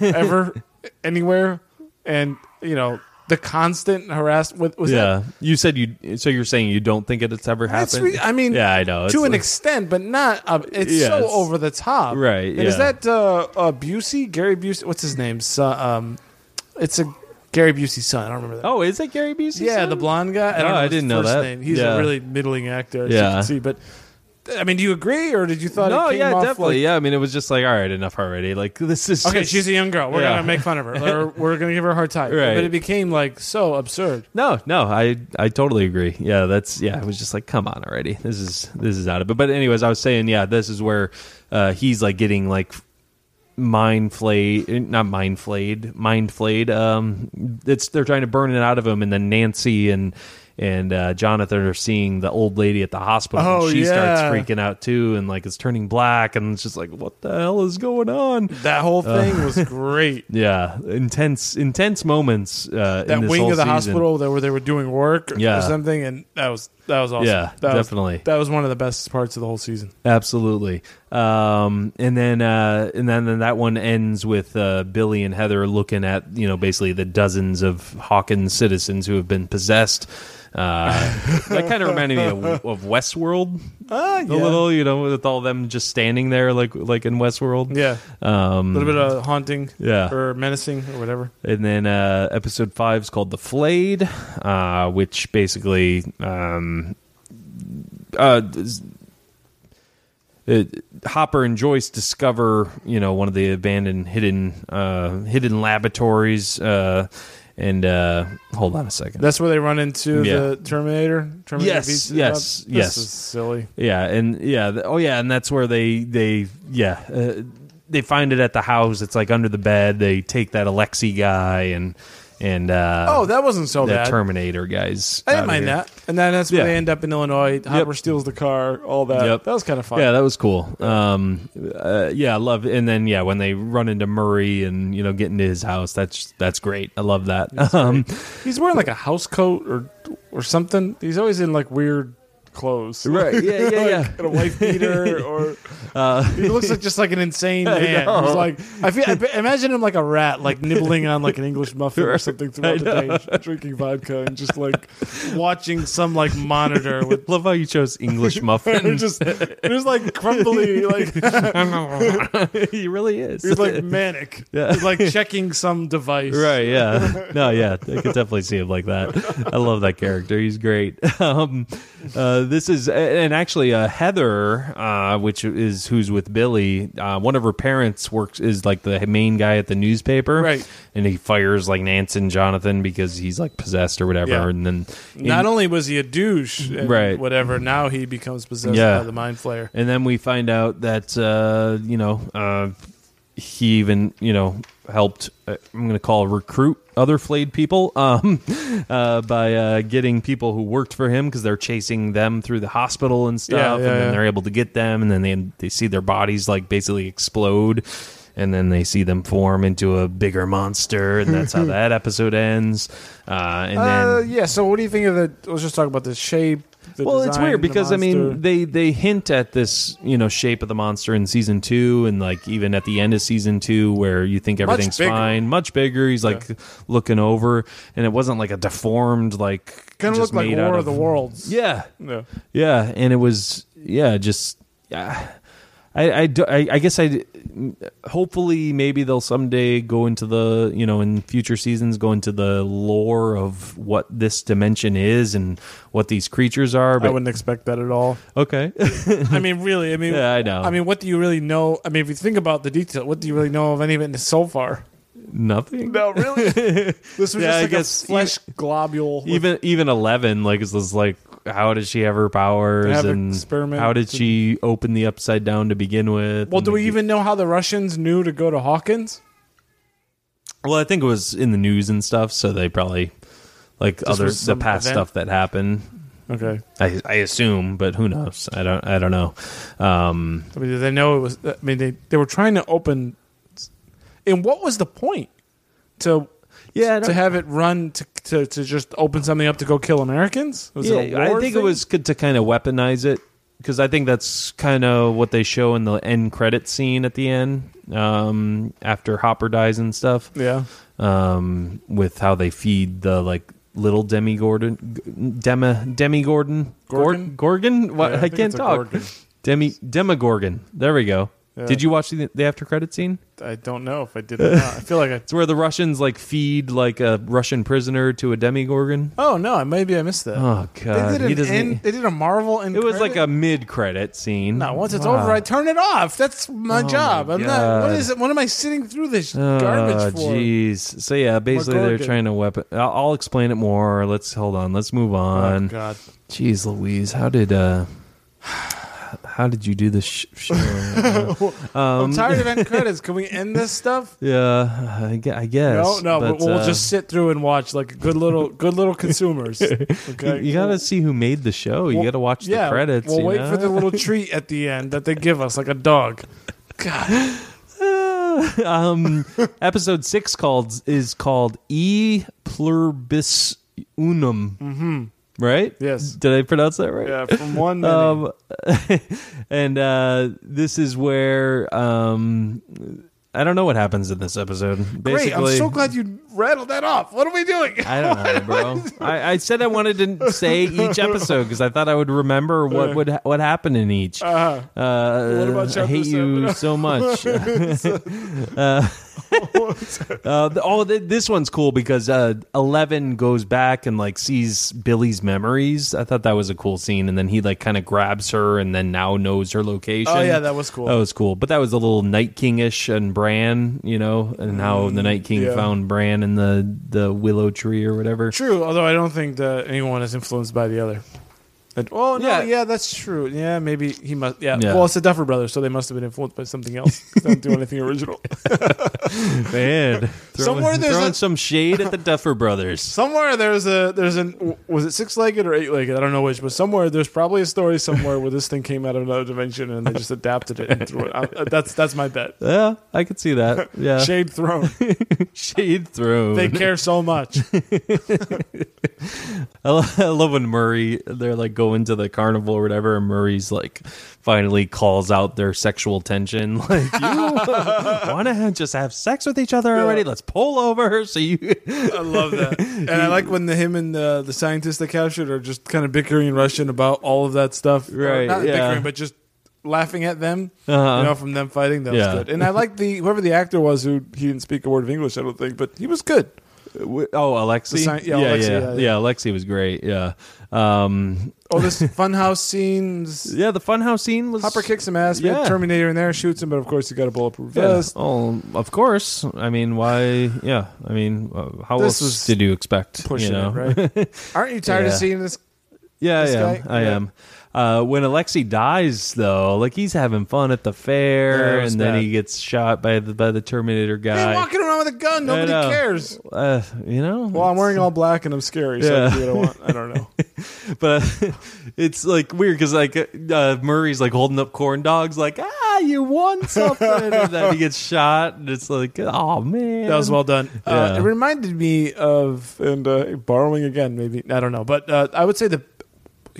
B: ever anywhere, and you know the constant harassment with was that-
A: yeah, you said you. So you're saying you don't think it's ever
B: That's
A: happened?
B: re- I mean,
A: yeah, I know. It's
B: to an
A: like-
B: extent, but not. Uh, it's
A: Yeah,
B: so
A: it's-
B: over the top,
A: Right,
B: And is
A: yeah.
B: that uh, uh, Busey, Gary Busey? What's his name? So, um, it's a Gary Busey's son. I don't remember that.
A: Oh, is that Gary Busey?
B: yeah, the blonde guy. I
A: Oh,
B: don't know
A: I
B: his
A: didn't know
B: first
A: that.
B: Name. He's
A: Yeah.
B: a really middling actor, as
A: Yeah.
B: you can see. But I mean, do you agree, or did you thought?
A: No,
B: it came
A: yeah,
B: off
A: definitely.
B: Like,
A: yeah, I mean, it was just like, all right, enough already. Like this is
B: Okay,
A: just-
B: she's a young girl. We're
A: Yeah.
B: gonna make fun of her. Or we're gonna give her a hard time.
A: Right.
B: But it became like so absurd.
A: No, no, I I totally agree. Yeah, that's yeah. I was just like, come on already. This is this is out of it. But anyways, I was saying, yeah, this is where uh, he's like getting like mind flayed, not mind flayed, mind flayed. Um, it's they're trying to burn it out of him, and then Nancy and and uh, Jonathan are seeing the old lady at the hospital.
B: Oh,
A: and she starts
B: yeah.
A: freaking out too, and like it's turning black, and it's just like, what the hell is going on?
B: That whole thing was great.
A: Yeah, intense, intense moments. Uh,
B: that
A: in this
B: wing
A: whole
B: of the
A: season.
B: hospital that where they were doing work or,
A: Yeah.
B: or something, and that was that was awesome.
A: Yeah,
B: that was-
A: definitely.
B: that was one of the best parts of the whole season.
A: Absolutely. Um, and then uh, and then, then that one ends with uh, Billy and Heather looking at you know basically the dozens of Hawkins citizens who have been possessed. Uh, that kind of reminded me of, of Westworld
B: Ah,
A: a little, you know, with all them just standing there like like in Westworld.
B: yeah,
A: Um,
B: a little bit of haunting,
A: Yeah.
B: or menacing or whatever.
A: and then uh, episode five is called The Flayed, uh, which basically um, uh, is- it, Hopper and Joyce discover you know one of the abandoned hidden uh, hidden laboratories. Uh, and uh, hold on a second.
B: That's where they run into
A: Yeah.
B: the Terminator. Terminator
A: Yes,
B: beats it
A: yes,
B: up. This
A: yes.
B: is silly.
A: Yeah, and yeah, th- oh yeah, and that's where they they yeah uh, they find it at the house. It's like under the bed. They take that Alexi guy and and uh,
B: Oh, that wasn't so
A: the
B: bad.
A: Terminator guys.
B: I
A: out
B: didn't
A: of
B: mind
A: here.
B: that, and then that's where
A: Yeah.
B: they end up in Illinois. Hopper steals the car, all that.
A: Yep.
B: That was kind of fun.
A: Yeah, that was cool. Um, uh, yeah, I love. And then yeah, when they run into Murray and you know get into his house, that's that's great. I love that. Um,
B: He's wearing like a house coat or or something. He's always in like weird clothes.
A: Right. Yeah, yeah,
B: Like,
A: yeah.
B: in a wife beater or he looks like just like an insane man. He's like I feel I be- imagine him like a rat like nibbling on like an English muffin or something throughout the day, drinking vodka and just like watching some like monitor with
A: love how you chose English
B: and
A: muffin.
B: just there's like crumbly like
A: he really is.
B: he's like manic.
A: Yeah.
B: He's like checking some device.
A: Right, yeah. No, yeah. I could definitely see him like that. I love that character. He's great. Um, uh, this is, and actually, uh, Heather, uh, which is who's with Billy, uh, one of her parents works, is like the main guy at the newspaper.
B: Right.
A: And he fires like Nance and Jonathan because he's like possessed or whatever.
B: Yeah.
A: And then,
B: Not only was he a douche and
A: Right.
B: whatever, now he becomes possessed
A: Yeah.
B: by the mind flayer.
A: and then we find out that, uh, you know, uh, he even, you know, helped, uh, I'm going to call recruit other flayed people um, uh, by uh, getting people who worked for him because they're chasing them through the hospital and stuff.
B: Yeah, yeah,
A: and then
B: yeah.
A: they're able to get them. And then they, they see their bodies like basically explode. And then they see them form into a bigger monster. And that's how that episode ends. Uh, and
B: Uh,
A: then.
B: yeah. So what do you think of the? Let's just talk about the shape. The
A: well it's
B: design,
A: weird
B: the
A: because i mean
B: monster.
A: they they hint at this you know shape of the monster in season two and like even at the end of season two where you think everything's
B: bigger.
A: fine much bigger he's like looking over and it wasn't like a deformed like
B: kind of
A: just
B: look like
A: made out
B: War of the Worlds.
A: yeah
B: No.
A: yeah and it was yeah just yeah I, I, do- I, I guess I hopefully maybe they'll someday go into the you know in future seasons go into the lore of what this dimension is and what these creatures are
B: I
A: but
B: wouldn't expect that at all.
A: okay
B: I mean, really. I mean,
A: Yeah, I know.
B: I mean, what do you really know? I mean, if you think about the detail, what do you really know of any of it so far?
A: Nothing.
B: No, really. this was
A: Yeah,
B: just
A: I
B: like
A: guess e
B: a flesh globule. with-
A: Even even eleven, like is this like how did she have her powers
B: Have
A: and
B: experiments
A: how did she open the upside down to begin with?
B: well,
A: And
B: do we
A: like-
B: even know how the Russians knew to go to Hawkins?
A: Well, I think it was in the news and stuff, so they probably like other
B: was
A: the
B: some
A: past
B: event?
A: stuff that happened.
B: Okay.
A: I I assume, but who knows? I don't I don't know. Um,
B: I mean, did they know it was? I mean, they they were trying to open. And what was the point? To
A: yeah, I
B: to have it run to, to, to just open something up to go kill Americans? Was
A: yeah,
B: it a
A: I
B: war
A: think
B: thing?
A: it was good to kind of weaponize it because I think that's kind of what they show in the end credit scene at the end um, after Hopper dies and stuff.
B: Yeah.
A: um, with how they feed the like little Demi Gordon, Demi Demi Gordon,
B: Gorgon?
A: Gorgon. What
B: Yeah, I
A: I,
B: think
A: can't
B: it's a
A: talk.
B: Gorgon.
A: Demi Demogorgon. There we go.
B: Yeah.
A: Did you watch the, the after credit scene?
B: I don't know if I did or not. I feel like I.
A: It's where the Russians like feed like a Russian prisoner to a demigorgon.
B: Oh no, I- maybe I missed that.
A: Oh god,
B: they did
A: he
B: an
A: doesn't. e-
B: end, They did a Marvel. End
A: it was
B: credit?
A: like a mid-credit scene.
B: No, once it's
A: Wow. Oh
B: over, I turn it off. That's my job. I'm not.
A: God.
B: What is it? What am I sitting through this
A: Oh,
B: garbage for?
A: jeez. So yeah, basically they're
B: Gorgon.
A: trying to weapon. I'll, I'll explain it more. Let's hold on. Let's move on.
B: Oh, God.
A: Jeez, Louise, how did uh, how did you do this sh- show?
B: Oh, I'm tired of end credits. Can we end this stuff?
A: yeah, I gue- I guess.
B: No, no. But, we'll
A: uh,
B: just sit through and watch like good little, good little consumers.
A: You,
B: Okay,
A: you gotta see who made the show. You
B: Well,
A: gotta watch
B: yeah,
A: the credits.
B: We'll
A: you
B: wait
A: know?
B: for the little treat at the end that they give us, like a dog. God,
A: um, episode six called is called E Pluribus Unum. Mm-hmm. Right?
B: Yes.
A: Did I pronounce that right?
B: yeah. From one minute.
A: Um, and uh, this is where um, I don't know what happens in this episode. Basically,
B: Great. I'm so glad you rattled that off. What are we doing?
A: I don't know, bro. I, I said I wanted to say each episode because I thought I would remember what would what happened in each.
B: Uh,
A: Uh,
B: What about
A: I
B: chapter
A: hate you
B: seven?
A: so much. Uh, uh, the- oh, th- this one's cool because uh, Eleven goes back and like sees Billy's memories. I thought that was a cool scene, and then he like kind of grabs her, and then now knows her location.
B: Oh, yeah, that was cool.
A: That was cool. But that was a little Night Kingish and Bran, you know, and how the Night King
B: yeah.
A: found Bran in the the willow tree or whatever.
B: true. Although I don't think that anyone is influenced by the other. And- oh no,
A: Yeah.
B: yeah. that's true. Yeah, maybe he must. Yeah.
A: Yeah.
B: Well, it's the Duffer Brothers, so they must have been influenced by something else. 'cause They don't do anything original.
A: Man,
B: Somewhere
A: throwing,
B: there's
A: throwing
B: a-
A: some shade at the Duffer Brothers.
B: somewhere there's a there's an was it six legged or eight legged? I don't know which, but somewhere there's probably a story somewhere where this thing came out of another dimension and they just adapted it and threw it. I, that's that's my bet.
A: Yeah, I could see that. Yeah,
B: Shade thrown.
A: shade thrown.
B: They care so much.
A: I lo- I love when Murray they're like going to the carnival or whatever, and Murray's like finally calls out their sexual tension, like you want to just have sex with each other already? Let's pull over. So you,
B: I love that. And I like when the him and uh, the, the scientist they captured are just kind of bickering and rushing about all of that stuff. Or
A: Right,
B: not
A: yeah.
B: bickering, but just laughing at them.
A: Uh-huh.
B: You know, from them fighting. That
A: Yeah.
B: was good. And I like the whoever the actor was who he didn't speak a word of English, I don't think, but he was good.
A: oh Alexi,
B: The sci- yeah, Alexei,
A: yeah,
B: yeah, yeah.
A: yeah, Alexi was great, yeah, um,
B: Oh, this funhouse scenes.
A: yeah. The funhouse scene was
B: Hopper kicks some ass. Yeah.
A: Yeah.
B: Terminator in there shoots him, but of course he got a bulletproof
A: Yeah.
B: vest.
A: Oh, of course. I mean, why? Yeah. I mean, uh, how
B: This
A: else
B: was
A: did you expect?
B: Pushing
A: you know?
B: it, right? Aren't you tired
A: Yeah.
B: of seeing this?
A: Yeah, I
B: This
A: am.
B: guy?
A: I
B: Yeah.
A: am. Uh, when Alexi dies, though, like he's having fun at the fair,
B: Yeah, it
A: and
B: was
A: then
B: bad.
A: he gets shot by the by the Terminator
B: He's
A: guy.
B: walking around with a gun.
A: I
B: Nobody
A: know.
B: cares.
A: Uh, you know.
B: Well, I'm wearing all black and I'm scary, so
A: Yeah.
B: I can do what I want. I don't know.
A: but it's like weird because like uh, Murray's like holding up corn dogs, like ah, you won something, and then he gets shot, and it's like oh man,
B: That was well done. Uh,
A: Yeah.
B: it reminded me of and uh, borrowing again, maybe I don't know, but uh, I would say the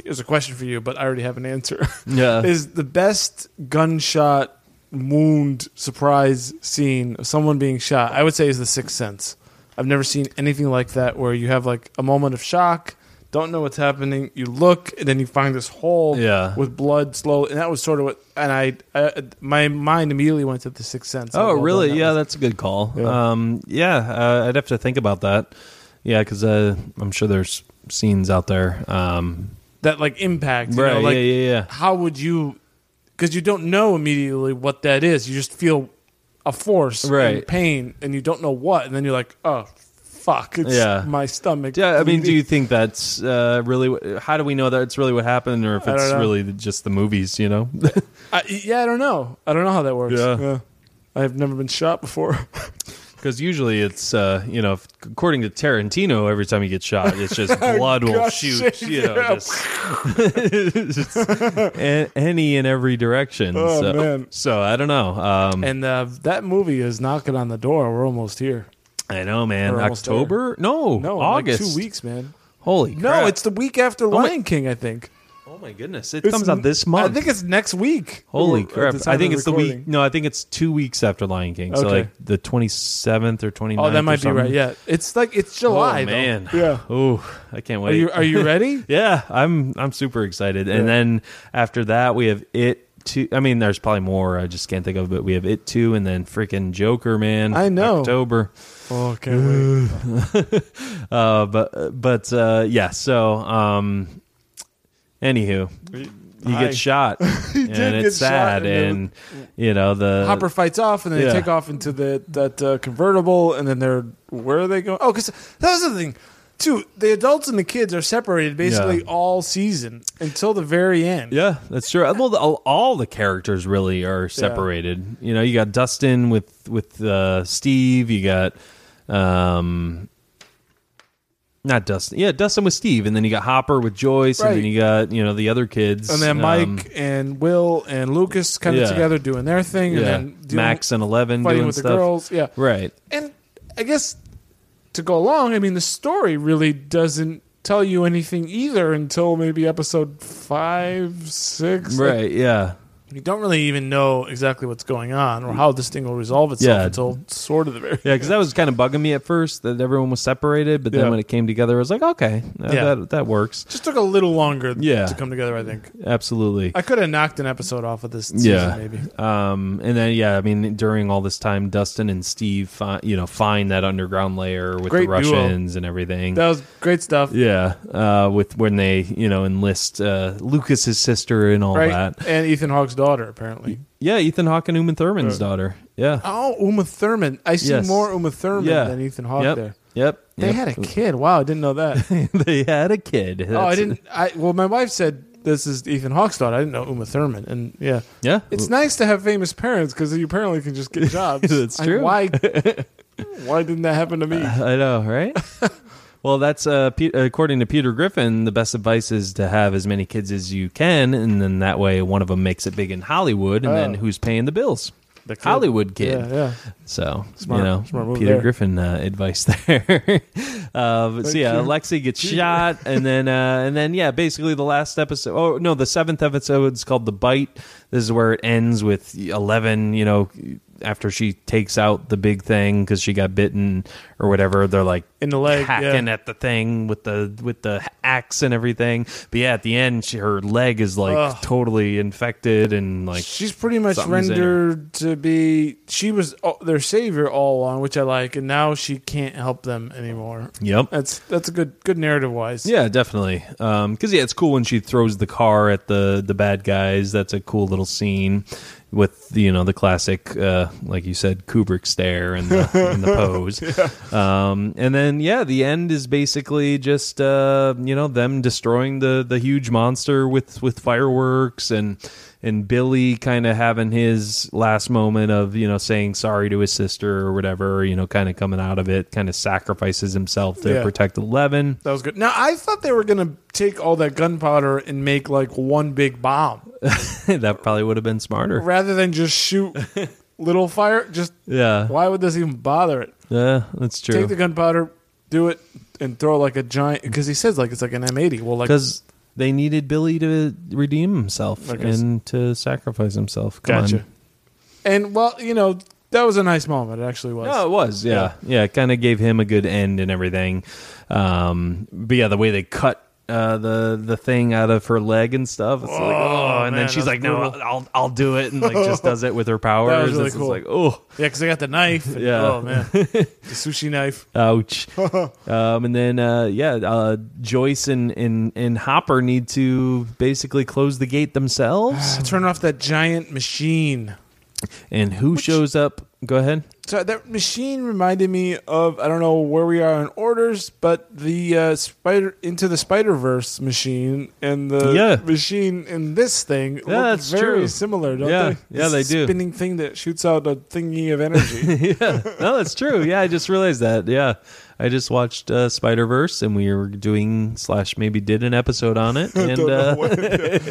B: here's a question for you, but I already have an answer.
A: Yeah.
B: is the best gunshot wound surprise scene of someone being shot? I would say is the Sixth Sense. I've never seen anything like that where you have like a moment of shock. Don't know what's happening. You look, and then you find this hole
A: Yeah.
B: with blood slowly, and that was sort of what. And I, I, my mind immediately went to the sixth sense.
A: Oh,
B: Well done.
A: really?
B: That
A: yeah,
B: was-
A: that's a good call. Yeah,
B: Yeah.
A: um, yeah uh, I'd have to think about that. Yeah, because uh, I'm sure there's scenes out there. Um,
B: that like impact. You
A: right?
B: know, like
A: yeah, yeah, yeah.
B: how would you? Because you don't know immediately what that is. You just feel a force,
A: Right.
B: And pain, and you don't know what, and then you're like, oh, fuck, it's
A: Yeah.
B: my stomach.
A: Yeah, I mean, do
B: bleeding.
A: you think that's uh, really? What, how do we know that it's really what happened, or if
B: I don't
A: it's
B: know.
A: really just the movies? You know?
B: I, yeah, I don't know. I don't know how that works.
A: Yeah.
B: I have never been shot before.
A: Because usually it's uh, you know, if, according to Tarantino, every time you get shot, it's just blood will
B: Gosh,
A: shoot. You know,
B: yeah.
A: just, a- any and every direction.
B: Oh,
A: so,
B: man.
A: so I don't know. Um,
B: and uh, that movie is knocking on the door. We're almost here.
A: I know, man.
B: We're almost there.
A: October? No,
B: No, in, like,
A: August.
B: two weeks, man.
A: Holy
B: No,
A: crap. Oh
B: it's the week after
A: my-
B: Lion King, I think.
A: Oh my goodness! It
B: It's
A: comes out this
B: n-
A: month.
B: I think it's next week.
A: Holy
B: At the
A: crap!
B: time
A: I think
B: of
A: it's the
B: recording.
A: week. No, I think it's two weeks after Lion King. So
B: Okay.
A: like the twenty seventh or 29th
B: Oh,
A: or
B: that might be right.
A: something.
B: Yeah, it's like it's
A: Oh
B: July. though.
A: man.
B: Yeah.
A: Oh, I can't
B: Are
A: wait.
B: you are you ready?
A: yeah, I'm. I'm super excited. And then after that, we have it. Two. I mean, there's probably more. I just can't think of. But we have it two, and then freaking Joker, man.
B: I know.
A: October.
B: oh, can't wait.
A: Uh, but but uh, yeah. So um, anywho, you
B: Hi.
A: get shot, and
B: did
A: it's
B: get shot,
A: sad,
B: and
A: and, you know the
B: Hopper fights off, and then
A: Uh, yeah.
B: they take off into the that uh, convertible, and then they're where are they going? Oh, because that was the thing. Too, the adults and the kids are separated basically
A: Yeah.
B: all season until the very end.
A: Yeah, that's true. Well, the, all, all the characters really are separated. You know, you got Dustin with with uh, Steve. You got um, not Dustin. Yeah, Dustin with Steve, and then you got Hopper with Joyce, and
B: Right.
A: then you got you know the other kids,
B: And then Mike
A: um,
B: and Will and Lucas kind of
A: yeah.
B: together doing their thing,
A: yeah,
B: and then dealing-
A: Max and Eleven
B: fighting
A: doing
B: with
A: stuff.
B: the girls. Yeah,
A: Right.
B: and I guess to go along, I mean, the story really doesn't tell you anything either until maybe episode five, six. Like,
A: Right. Yeah.
B: you don't really even know exactly what's going on or how this thing will resolve itself
A: Yeah.
B: until sort of the very.
A: Yeah, because that was kind of bugging me at first that everyone was separated, but then
B: Yeah.
A: when it came together, I was like, okay, uh,
B: Yeah.
A: that that works.
B: Just took a little longer
A: Yeah.
B: to come together. I think
A: Absolutely.
B: I could have knocked an episode off of this. Season,
A: yeah
B: maybe.
A: um and then yeah i mean during all this time dustin and steve fi- you know find that underground layer with the
B: Great duo.
A: russians and everything
B: That was great stuff.
A: yeah uh with when they you know enlist uh lucas's sister and all
B: right,
A: that
B: and Ethan Hawke's daughter apparently.
A: yeah ethan hawke and uma thurman's
B: Uh,
A: daughter yeah
B: Oh, Uma Thurman. I see
A: Yes.
B: more Uma Thurman
A: yeah
B: than Ethan Hawke
A: yep.
B: there.
A: yep
B: They
A: Yep.
B: had a kid. Wow, I didn't know that.
A: they had a kid
B: Oh, I
A: That's-
B: didn't. I well, my wife said this is Ethan Hawke's daughter. I didn't know Uma Thurman, and yeah,
A: yeah
B: it's nice to have famous parents because you apparently can just get jobs.
A: That's
B: I-
A: true.
B: why? why didn't that happen to me?
A: I know, right? well, that's uh, Pe- according to Peter Griffin. The best advice is to have as many kids as you can, and then that way one of them makes it big in Hollywood, and then
B: Oh.
A: who's paying the bills?
B: The kid.
A: Hollywood kid.
B: Yeah, yeah.
A: So
B: Smart-
A: you know,
B: smart move
A: Peter
B: there.
A: Griffin uh, advice there. uh, but so
B: Thank
A: yeah,
B: you.
A: Alexi gets shot, and then uh, and then yeah, basically the last episode. Oh no, the seventh episode is called the bite. This is where it ends with Eleven. You know, after she takes out the big thing because she got bitten or whatever, they're like
B: In the leg, yeah.
A: hacking at the thing with the with the axe and everything. But yeah, at the end, she, her leg is like
B: Ugh.
A: totally infected and like
B: She's pretty much
A: Something's in her.
B: rendered to be. She was all- their savior all along, which I like, and now she can't help them anymore.
A: yep.
B: That's that's a good good narrative wise.
A: Yeah, definitely. Because yeah, it's cool when she throws the car at the the bad guys. That's a cool little scene with you know the classic, uh, like you said, Kubrick stare and the, and the pose. um, and then yeah, the end is basically just uh, you know them destroying the the huge monster with with fireworks and and Billy kind of having his last moment of you know saying sorry to his sister or whatever. You know, kind of coming out of it, kind of sacrifices himself to
B: Yeah.
A: protect Eleven.
B: That was good. Now I thought they were gonna take all that gunpowder and make like one big bomb.
A: that probably would have been smarter.
B: rather than just shoot little fire just
A: Yeah,
B: why would this even bother it
A: yeah, that's
B: take
A: true.
B: the gunpowder do it and throw like a giant because he says like it's like an m80 well like
A: Because they needed Billy to redeem himself
B: Okay.
A: and to sacrifice himself. Come
B: gotcha
A: On.
B: and well you know that was a nice moment it actually was
A: No, it was. Yeah, yeah. it kind of gave him a good end and everything. Um, but yeah, the way they cut. Uh, the the thing out of her leg and stuff. It's like, oh,
B: man,
A: and then she's
B: that's
A: like, no,
B: brutal.
A: I'll I'll do it, and like just does it with her powers.
B: really
A: It's just
B: cool.
A: like, oh,
B: yeah because they got the knife and-
A: Yeah.
B: oh man the sushi knife
A: Ouch. um, and then, uh, yeah, uh, Joyce and, and, and Hopper need to basically close the gate themselves.
B: turn off that giant machine
A: And who shows up? Go ahead.
B: so that machine reminded me of I don't know where we are in orders, but the uh, spider into the Spider Verse machine and the
A: Yeah.
B: machine in this thing look
A: that's
B: very
A: true.
B: similar, don't
A: Yeah.
B: they?
A: Yeah, they
B: This
A: do.
B: Spinning thing that shoots out a thingy of energy.
A: No, that's true. Yeah, I just realized that. Yeah. I just watched uh, Spider Verse and we were doing, slash, maybe did an episode on it. And
B: Don't know
A: uh,
B: what-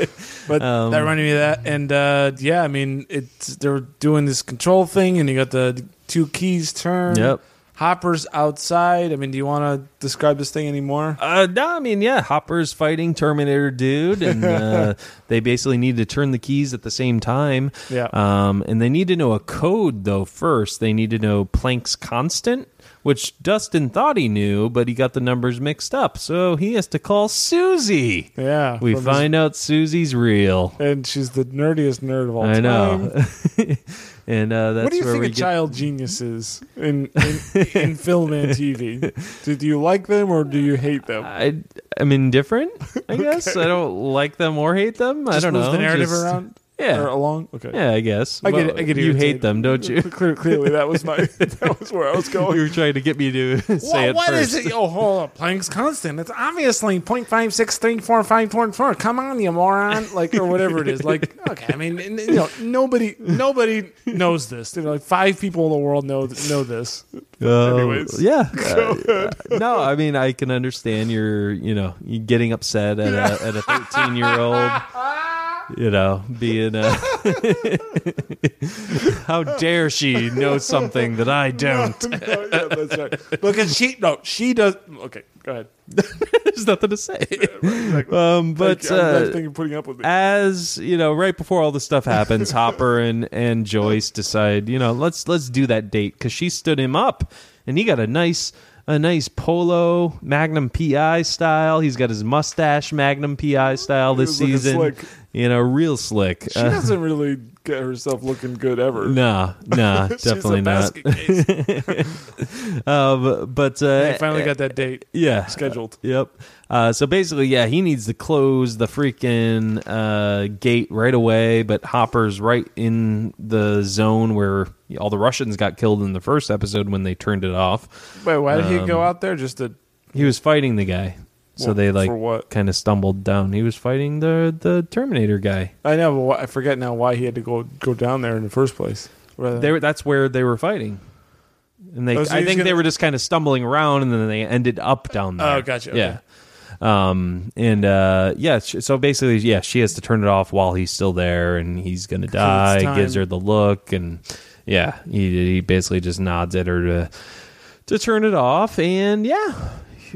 B: but
A: Um,
B: that reminded me of that, and uh, yeah, I mean, it's they're doing this control thing, and you got the two keys turned.
A: Yep.
B: Hopper's outside. I mean, do you want to describe this thing anymore?
A: Uh, no, I mean, yeah, Hopper's fighting Terminator dude, and uh, they basically need to turn the keys at the same time.
B: Yeah.
A: Um, and they need to know a code though. First, they need to know Planck's constant, which Dustin thought he knew, but he got the numbers mixed up, so he has to call Susie.
B: Yeah,
A: We
B: from his-
A: find out Susie's real.
B: And she's the nerdiest nerd of all time.
A: I know. and uh, that's
B: what do you
A: where
B: think
A: we
B: of
A: get-
B: child geniuses in, in, in film and TV? Do, do you like them or do you hate them?
A: I am indifferent. I guess I don't like them or hate them. I
B: Just
A: don't
B: move
A: know.
B: the narrative
A: Just-
B: around
A: Yeah.
B: or along. Okay,
A: Yeah, I guess.
B: I get
A: Well,
B: it. I get
A: You
B: irritated.
A: hate them, don't you?
B: Clear, clearly, that was my that was where I was going.
A: you were Oh, trying to get me to say it
B: what
A: first.
B: is it? Oh, hold up. Planck's constant. It's obviously 0.563454. Come on, you moron. Like, or whatever it is. Like, okay, I mean, n- you know, nobody nobody knows this. You know, like, five people in the world know know this.
A: Uh,
B: Anyways.
A: yeah. Uh, no, I mean I can understand your, you know, you getting upset at a at a 13 year old, you know, being a how dare she know something that I don't?
B: No, Oh, yeah, that's right. Look, and she, no, she does. Okay, go ahead.
A: There's nothing to say. Um,
B: Thank you.
A: but
B: I'm glad
A: uh,
B: thank you for putting up with me.
A: as you know, right before all this stuff happens, Hopper and and Joyce decide, you know, let's let's do that date because she stood him up, and he got a nice a nice polo Magnum PI style. He's got his mustache Magnum PI style this
B: was looking
A: season.
B: slick.
A: You know, real slick. Uh,
B: She doesn't really get herself looking good ever.
A: nah, nah,
B: She's a
A: definitely not.
B: basket case.
A: Um, but uh,
B: I finally got that date
A: yeah,
B: scheduled.
A: Yep. Uh, so basically, yeah, he needs to close the freaking uh, gate right away, but Hopper's right in the zone where all the Russians got killed in the first episode when they turned it off.
B: Wait, why did he go out there just to
A: He was fighting the guy. Um, So
B: Well,
A: they
B: for
A: like
B: what?
A: kind of stumbled down. He was fighting the the Terminator guy.
B: I know, but wh- I forget now why he had to go go down there in the first place. Rather than-
A: They were, that's where they were fighting. And they
B: Uh, Oh, so
A: I
B: he's
A: think they
B: gonna-
A: were just kind of stumbling around and then they ended up down there.
B: Oh, gotcha, okay.
A: Yeah. Um and uh yeah, sh- so basically yeah, she has to turn it off while he's still there and he's going to
B: Because it's
A: die. Gives
B: time.
A: her the look and yeah, he he basically just nods at her to to turn it off and yeah,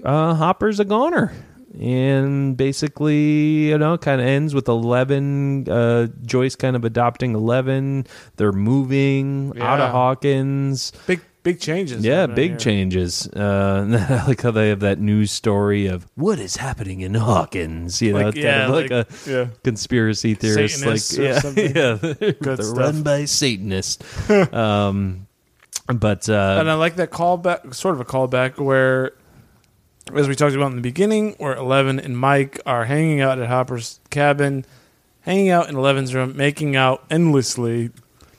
A: uh Hopper's a goner. And basically, you know, kind of ends with Eleven. Uh, Joyce kind of adopting Eleven. They're moving out
B: Yeah.
A: of Hawkins.
B: big big changes.
A: Yeah,
B: happening
A: big
B: here.
A: changes. Uh, and then I like how they have that news story of what is happening in Hawkins. You know,
B: Like,
A: it's
B: yeah,
A: kind of like,
B: like-
A: a
B: yeah.
A: conspiracy theorist,
B: Satanists or
A: like yeah,
B: something.
A: yeah, they're
B: Good stuff.
A: run by Satanists. um, but uh,
B: And I like that callback, sort of a callback where, as we talked about in the beginning, where Eleven and Mike are hanging out at Hopper's cabin, hanging out in Eleven's room, making out endlessly.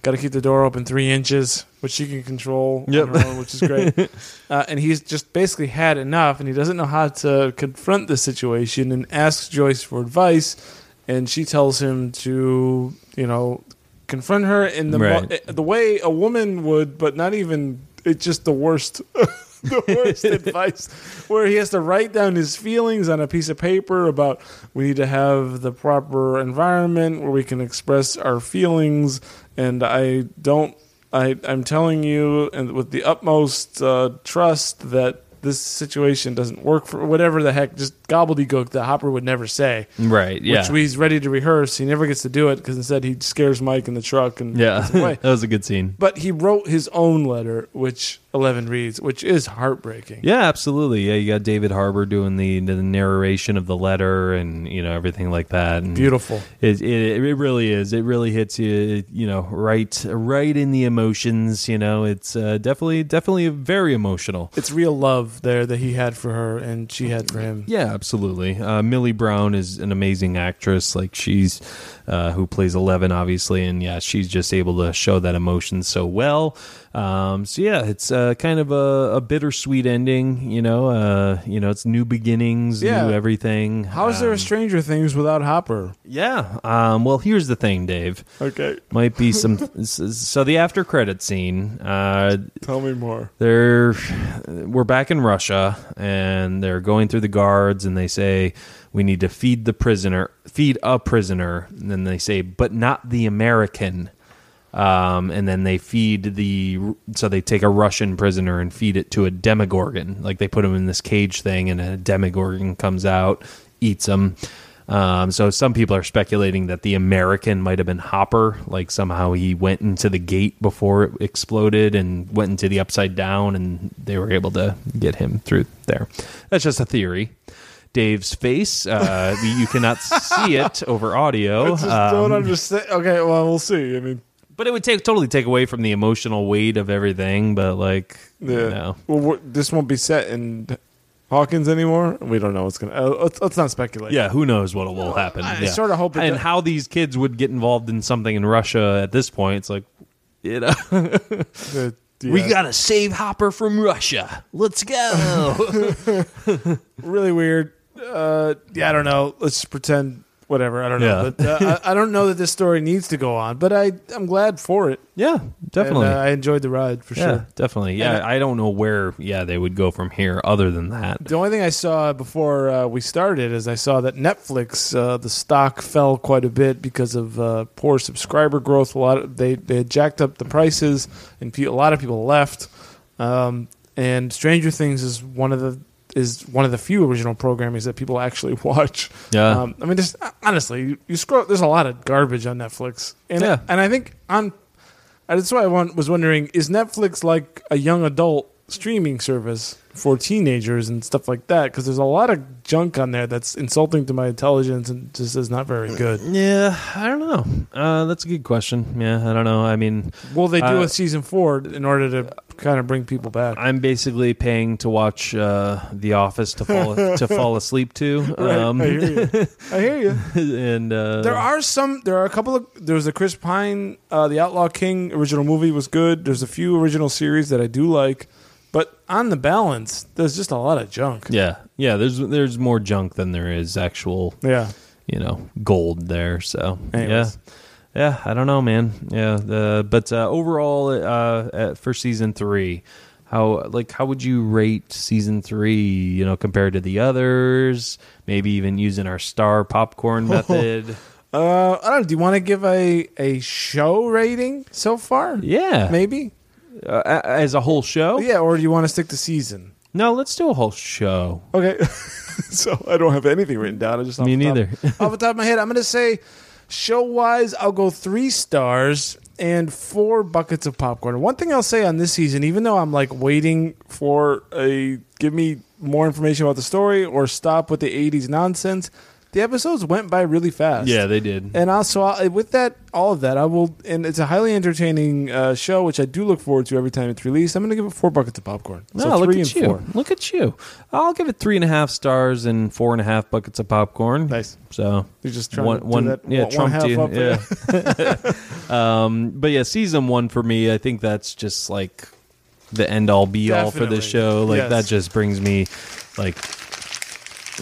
B: Got to keep the door open three inches, which she can control on
A: Yep.
B: her own, which is great. uh, and he's just basically had enough, and he doesn't know how to confront the situation, and asks Joyce for advice, and she tells him to, you know, confront her in the mo- eh,
A: Right.
B: the way a woman would, but not even. It's just the worst, the worst advice. Where he has to write down his feelings on a piece of paper about we need to have the proper environment where we can express our feelings. And I don't. I I'm telling you, and with the utmost uh, trust that this situation doesn't work for whatever the heck. Just gobbledygook that Hopper would never say
A: right, yeah,
B: uh, which he's ready to rehearse. He never gets to do it because instead he scares Mike in the truck and
A: yeah,
B: gets away.
A: that was a good scene.
B: But he wrote his own letter, which Eleven reads, which is heartbreaking.
A: Yeah, absolutely. Yeah, you got David Harbour doing the the narration of the letter and you know everything like that. And
B: Beautiful.
A: It, it it really is. It really hits you, you know, right right in the emotions. You know, it's uh, definitely definitely very emotional.
B: It's real love there that he had for her and she had for him.
A: Yeah, absolutely. Uh, Millie Brown is an amazing actress. Like she's uh, who plays Eleven, obviously, and yeah, she's just able to show that emotion so well. Um, so yeah, it's uh, kind of a, a bittersweet ending. You know, uh, you know, it's new beginnings,
B: Yeah.
A: new everything.
B: How is there a
A: Um,
B: Stranger Things without Hopper?
A: yeah. Um, well, here's the thing, Dave.
B: Okay,
A: might be some so the after credit scene uh
B: tell me more.
A: they're we're back in russia and they're going through the guards and they say we need to feed the prisoner feed a prisoner and then they say but not the american Um, and then they feed the so they take a Russian prisoner and feed it to a demogorgon. Like they put him in this cage thing, and a demogorgon comes out, eats him. Um, so some people are speculating that the American might have been Hopper, like somehow he went into the gate before it exploded and went into the upside down, and they were able to get him through there. That's just a theory. Dave's face, uh, you cannot see it over audio,
B: Just
A: um,
B: don't understand. Okay, well, we'll see. I mean,
A: but it would take totally take away from the emotional weight of everything. But like,
B: yeah.
A: you know.
B: Well, we're- this won't be set in Hawkins anymore. We don't know what's gonna. Uh, let's, let's not speculate.
A: Yeah, who knows what will happen?
B: I
A: yeah.
B: sorta hope it
A: and
B: does-
A: how these kids would get involved in something in Russia at this point. It's like, you know,
B: The- yeah.
A: we gotta save Hopper from Russia. Let's go.
B: really weird. Uh, yeah, I don't know. Let's just pretend whatever. I don't know.
A: Yeah.
B: But, uh, I, I don't know that this story needs to go on, but I I'm glad for it.
A: yeah,
B: And,
A: definitely.
B: uh, I enjoyed the ride for
A: yeah,
B: sure.
A: definitely. Yeah,
B: And- uh,
A: I don't know where. Yeah, they would go from here. Other than that,
B: The only thing I saw before uh, we started is I saw that Netflix uh, the stock fell quite a bit because of uh, poor subscriber growth. A lot of, they they had jacked up the prices, and pe- a lot of people left. Um, and Stranger Things is one of the is one of the few original programmings that people actually watch.
A: Yeah.
B: Um, I mean, just honestly, you, you scroll. There's a lot of garbage on Netflix, and
A: Yeah.
B: and I think on and That's why I want, was wondering: Is Netflix like a young adult streaming service for teenagers and stuff like that? Because there's a lot of junk on there that's insulting to my intelligence and just is not very good.
A: yeah, I don't know. Uh, that's a good question. Yeah, I don't know. I mean,
B: Will they do
A: Uh,
B: a season four in order to kind of bring people back?
A: I'm basically paying to watch uh, The Office to fall to fall asleep to.
B: Right,
A: Um,
B: I hear you. I hear you.
A: and uh,
B: There are some. There are a couple of. There was a Chris Pine, uh, the Outlaw King original movie was good. There's a few original series that I do like, but on the balance, there's just a lot of junk.
A: yeah, yeah. There's there's more junk than there is actual
B: Yeah.
A: you know gold there. So
B: Anyways.
A: yeah. Yeah, I don't know, man. Yeah, uh, but uh, overall, uh, uh, for season three, how like how would you rate season three? You know, compared to the others, maybe even using our star popcorn method.
B: Uh, I don't. know. Do you want to give a a show rating so far?
A: Yeah,
B: maybe.
A: Uh, a- as a whole show.
B: Yeah, or do you want to stick to season?
A: No, let's do a whole show.
B: Okay. so I don't have anything written down. I just off
A: Me
B: the top-
A: neither.
B: off the top of my head, I'm going to say show wise, I'll go three stars and four buckets of popcorn. One thing I'll say on this season, even though I'm like waiting for a give me more information about the story or stop with the 80s nonsense, the episodes went by really fast.
A: Yeah, they did.
B: And also, I- with that, all of that, I will, and it's a highly entertaining uh, show, which I do look forward to every time it's released. I'm going to give it four buckets of popcorn.
A: no,
B: so
A: look
B: three
A: at
B: and
A: you.
B: four.
A: Look at you. I'll give it three and a half stars and four and a half buckets of popcorn.
B: Nice.
A: So
B: You're just trying
A: one,
B: to do
A: one,
B: that
A: yeah,
B: one- one
A: trumped
B: half
A: you.
B: up.
A: yeah. um, but yeah, season one for me, I think that's just like the end all be all for
B: Definitely.
A: this show. Like
B: Yes.
A: that just brings me like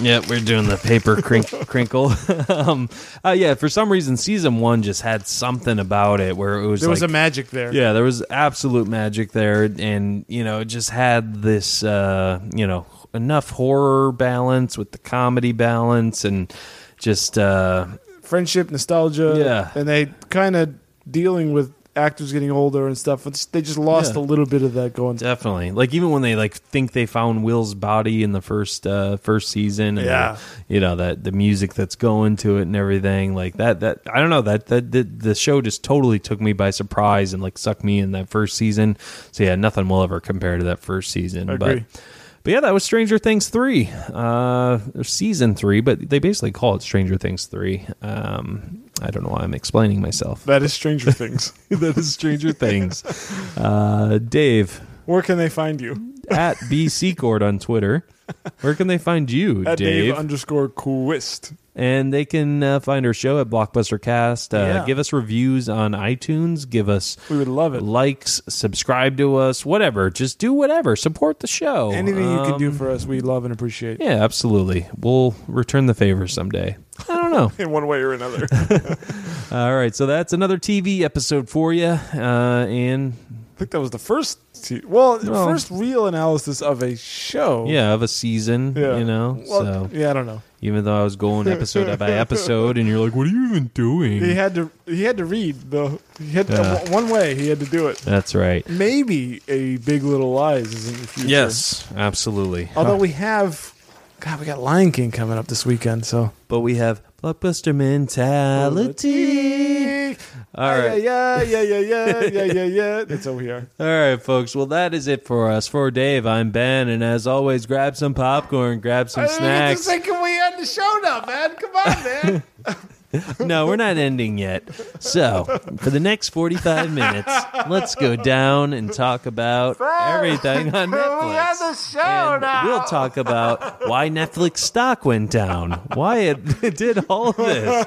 A: Yeah, we're doing the paper crink- crinkle. um, uh, yeah, for some reason, season one just had something about it where it was
B: There was
A: like-
B: a magic there.
A: Yeah, there was absolute magic there, and you know, it just had this, uh, you know, enough horror balance with the comedy balance, and just uh,
B: Friendship, nostalgia.
A: Yeah.
B: And they kind of dealing with actors getting older and stuff. It's, they just lost
A: Yeah.
B: a little bit of that going.
A: definitely like even when they like think they found Will's body in the first uh, first season, and
B: Yeah.
A: the- you know that the music that's going to it and everything like that. That I don't know that that the, the show just totally took me by surprise and like sucked me in that first season. So yeah, nothing will ever compare to that first season.
B: Agree.
A: But But yeah, that was Stranger Things three, uh, or season three, but they basically call it Stranger Things three. Um, I don't know why I'm explaining myself.
B: That is Stranger Things.
A: that is Stranger Things. Uh, Dave
B: Where can they find you?
A: at BC Cord on Twitter. Where can they find you,
B: At Dave,
A: Dave?
B: underscore Quist.
A: and they can uh, find our show at Blockbuster Cast. Uh,
B: Yeah.
A: Give us reviews on iTunes. Give us
B: We would love it.
A: likes. Subscribe to us. Whatever. Just do whatever. Support the show.
B: Anything you can do
A: Um,
B: for us, we love and appreciate
A: Yeah, absolutely. We'll return the favor someday. I don't know.
B: in one way or another.
A: All right, so that's another TV episode for you, uh, and
B: think that was the first. Se- well, the first real analysis of a show.
A: Yeah, of a season,
B: Yeah.
A: you know.
B: Well,
A: so
B: yeah, I don't know.
A: even though I was going episode by episode, and you're like, "What are you even doing?"
B: He had to. He had to read the. He had to-
A: Yeah.
B: one way. He had to do it.
A: That's right.
B: Maybe a Big Little Lies is in the future.
A: Yes, absolutely.
B: Although we have, God, we got Lion King coming up this weekend. So
A: But we have blockbuster mentality. All right.
B: Yeah, yeah, yeah, yeah, yeah, yeah, yeah. That's over here.
A: All right, folks. Well, that is it for us. For Dave, I'm Ben, and as always, grab some popcorn, grab some snacks.
B: thinking we end the show now, man. Come on, man.
A: No, we're not ending yet. So, for the next 45 minutes, let's go down and talk about everything on Netflix. And we'll talk about why Netflix stock went down, why it, it did all of this.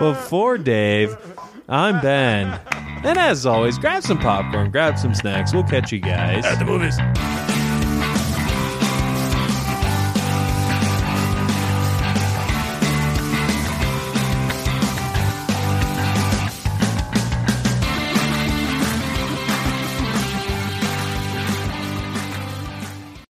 A: Before Dave, I'm Ben. And as always, grab some popcorn, grab some snacks. We'll catch you guys.
B: the movies.